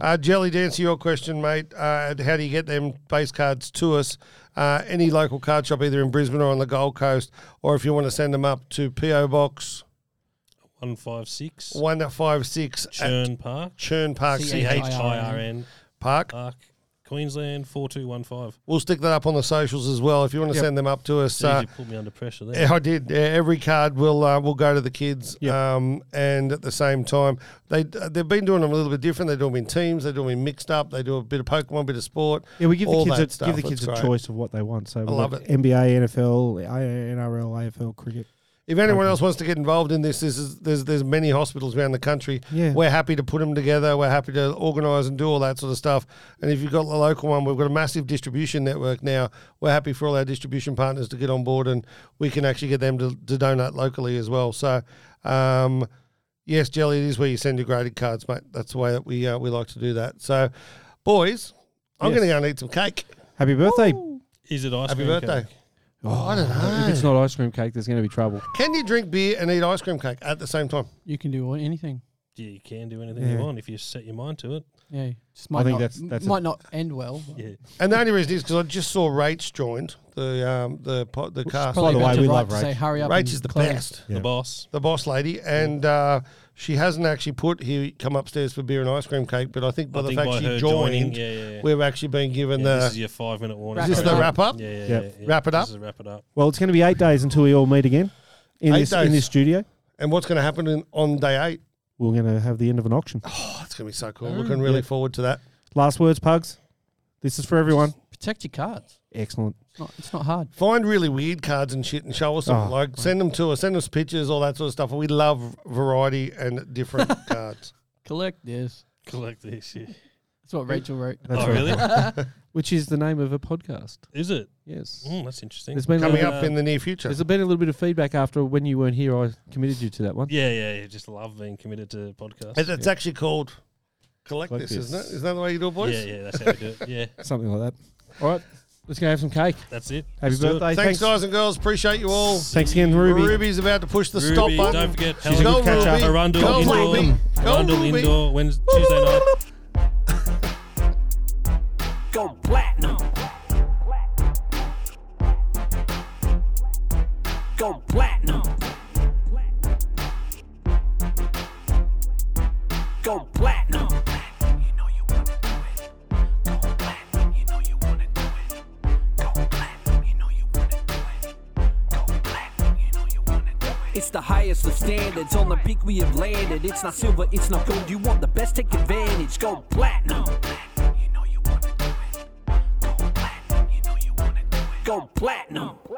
Uh, Jelly, to answer your question, mate, uh, how do you get them base cards to us? Uh, any local card shop, either in Brisbane or on the Gold Coast, or if you want to send them up to PO Box 156 156 at Churn Park. Churn Park, C H I R N. CHIRN Park. Park, Queensland 4215. We'll stick that up on the socials as well if you want to send them up to us. Jeez, Uh, you put me under pressure there. Yeah, I did. Yeah, every card will uh, will go to the kids. Um, and at the same time, they uh, they've been doing them a little bit different. They do them in teams. They do them in mixed up. They do a bit of Pokemon, bit of sport. Yeah, we give all the that kids a, stuff. give the It's kids a great. choice of what they want. So I love it. NBA, NFL, I- NRL, AFL, cricket. If anyone else wants to get involved in this, this is, there's there's many hospitals around the country. Yeah. We're happy to put them together. We're happy to organise and do all that sort of stuff. And if you've got the local one, we've got a massive distribution network now. We're happy for all our distribution partners to get on board, and we can actually get them to, to donate locally as well. So, um, yes, Jelly, it is where you send your graded cards, mate. That's the way that we uh, we like to do that. So, boys, I'm Yes. going to go and eat some cake. Happy birthday! Is it ice Happy cream birthday. cake? Oh, I don't If it's know. not ice cream cake, there's going to be trouble. Can you drink beer and eat ice cream cake at the same time? You can do anything. Yeah, you can do anything you Yeah. want if you set your mind to it. Yeah, just might think not, that's- that's a- might not end well. but- Yeah. And the only reason is because I just saw Rach joined the um, the po- the cast. Probably the about way, to we right love to Say, Rach. hurry up. Rach and is the close. best, Yeah. The boss. the boss lady, and uh, she hasn't actually put here come upstairs for beer and ice cream cake. But I think by I the think fact by she her joined, joining, yeah, yeah, yeah. we've actually been given Yeah, this is the. your five minute warning. Is this straight the up. wrap up? Yeah, yeah, Yep. yeah, yeah. Wrap it up? This is wrap it up. Well, it's going to be eight days until we all meet again in Eight this in days. this studio. and what's going to happen in, on day eight? We're going to have the end of an auction. Oh, it's going to be so Mm. cool. Looking really Yeah. forward to that. Last words, pugs. This is for everyone. Protect your cards. Excellent. It's not, it's not hard. Find really weird cards and shit and show us them. Oh. like send them to us, send us pictures, all that sort of stuff. We love variety and [laughs] different cards. Collect this. Collect this. Yeah. That's what Rachel wrote. That's oh, right. really? [laughs] Which is the name of a podcast. is it? Yes. Mm, that's interesting. There's been a Coming little- up in the near future. There's been a little bit of feedback after when you weren't here. I committed you to that one. yeah, yeah, yeah. Just love being committed to podcasts. It's, it's actually called Collect Collect This, isn't it? This. Isn't that the way you do it, boys? Yeah, yeah, that's how we do it. Yeah, Something like that. All right. Let's go have some cake. that's it. Happy Let's do it. birthday. Thanks, guys and girls. Appreciate you all. Thanks again, Ruby. Ruby's about to push the Ruby, stop button. Don't forget, She's a Helen, good catcher. Ruby. Arundel Go, indoor, Ruby. Go, Arundel Ruby. indoor, Wednesday, Tuesday night. Go platinum. Go platinum. Go platinum. You know you wanna do it. Go platinum. You know you wanna do it. Go platinum. You know you wanna do it. Go platinum. You know you wanna do it. It's the highest of standards. On the peak we have landed. It's not silver. It's not gold. You want the best? Take advantage. Go platinum. You know you wanna do it. Go platinum. You know you wanna do it. Go platinum.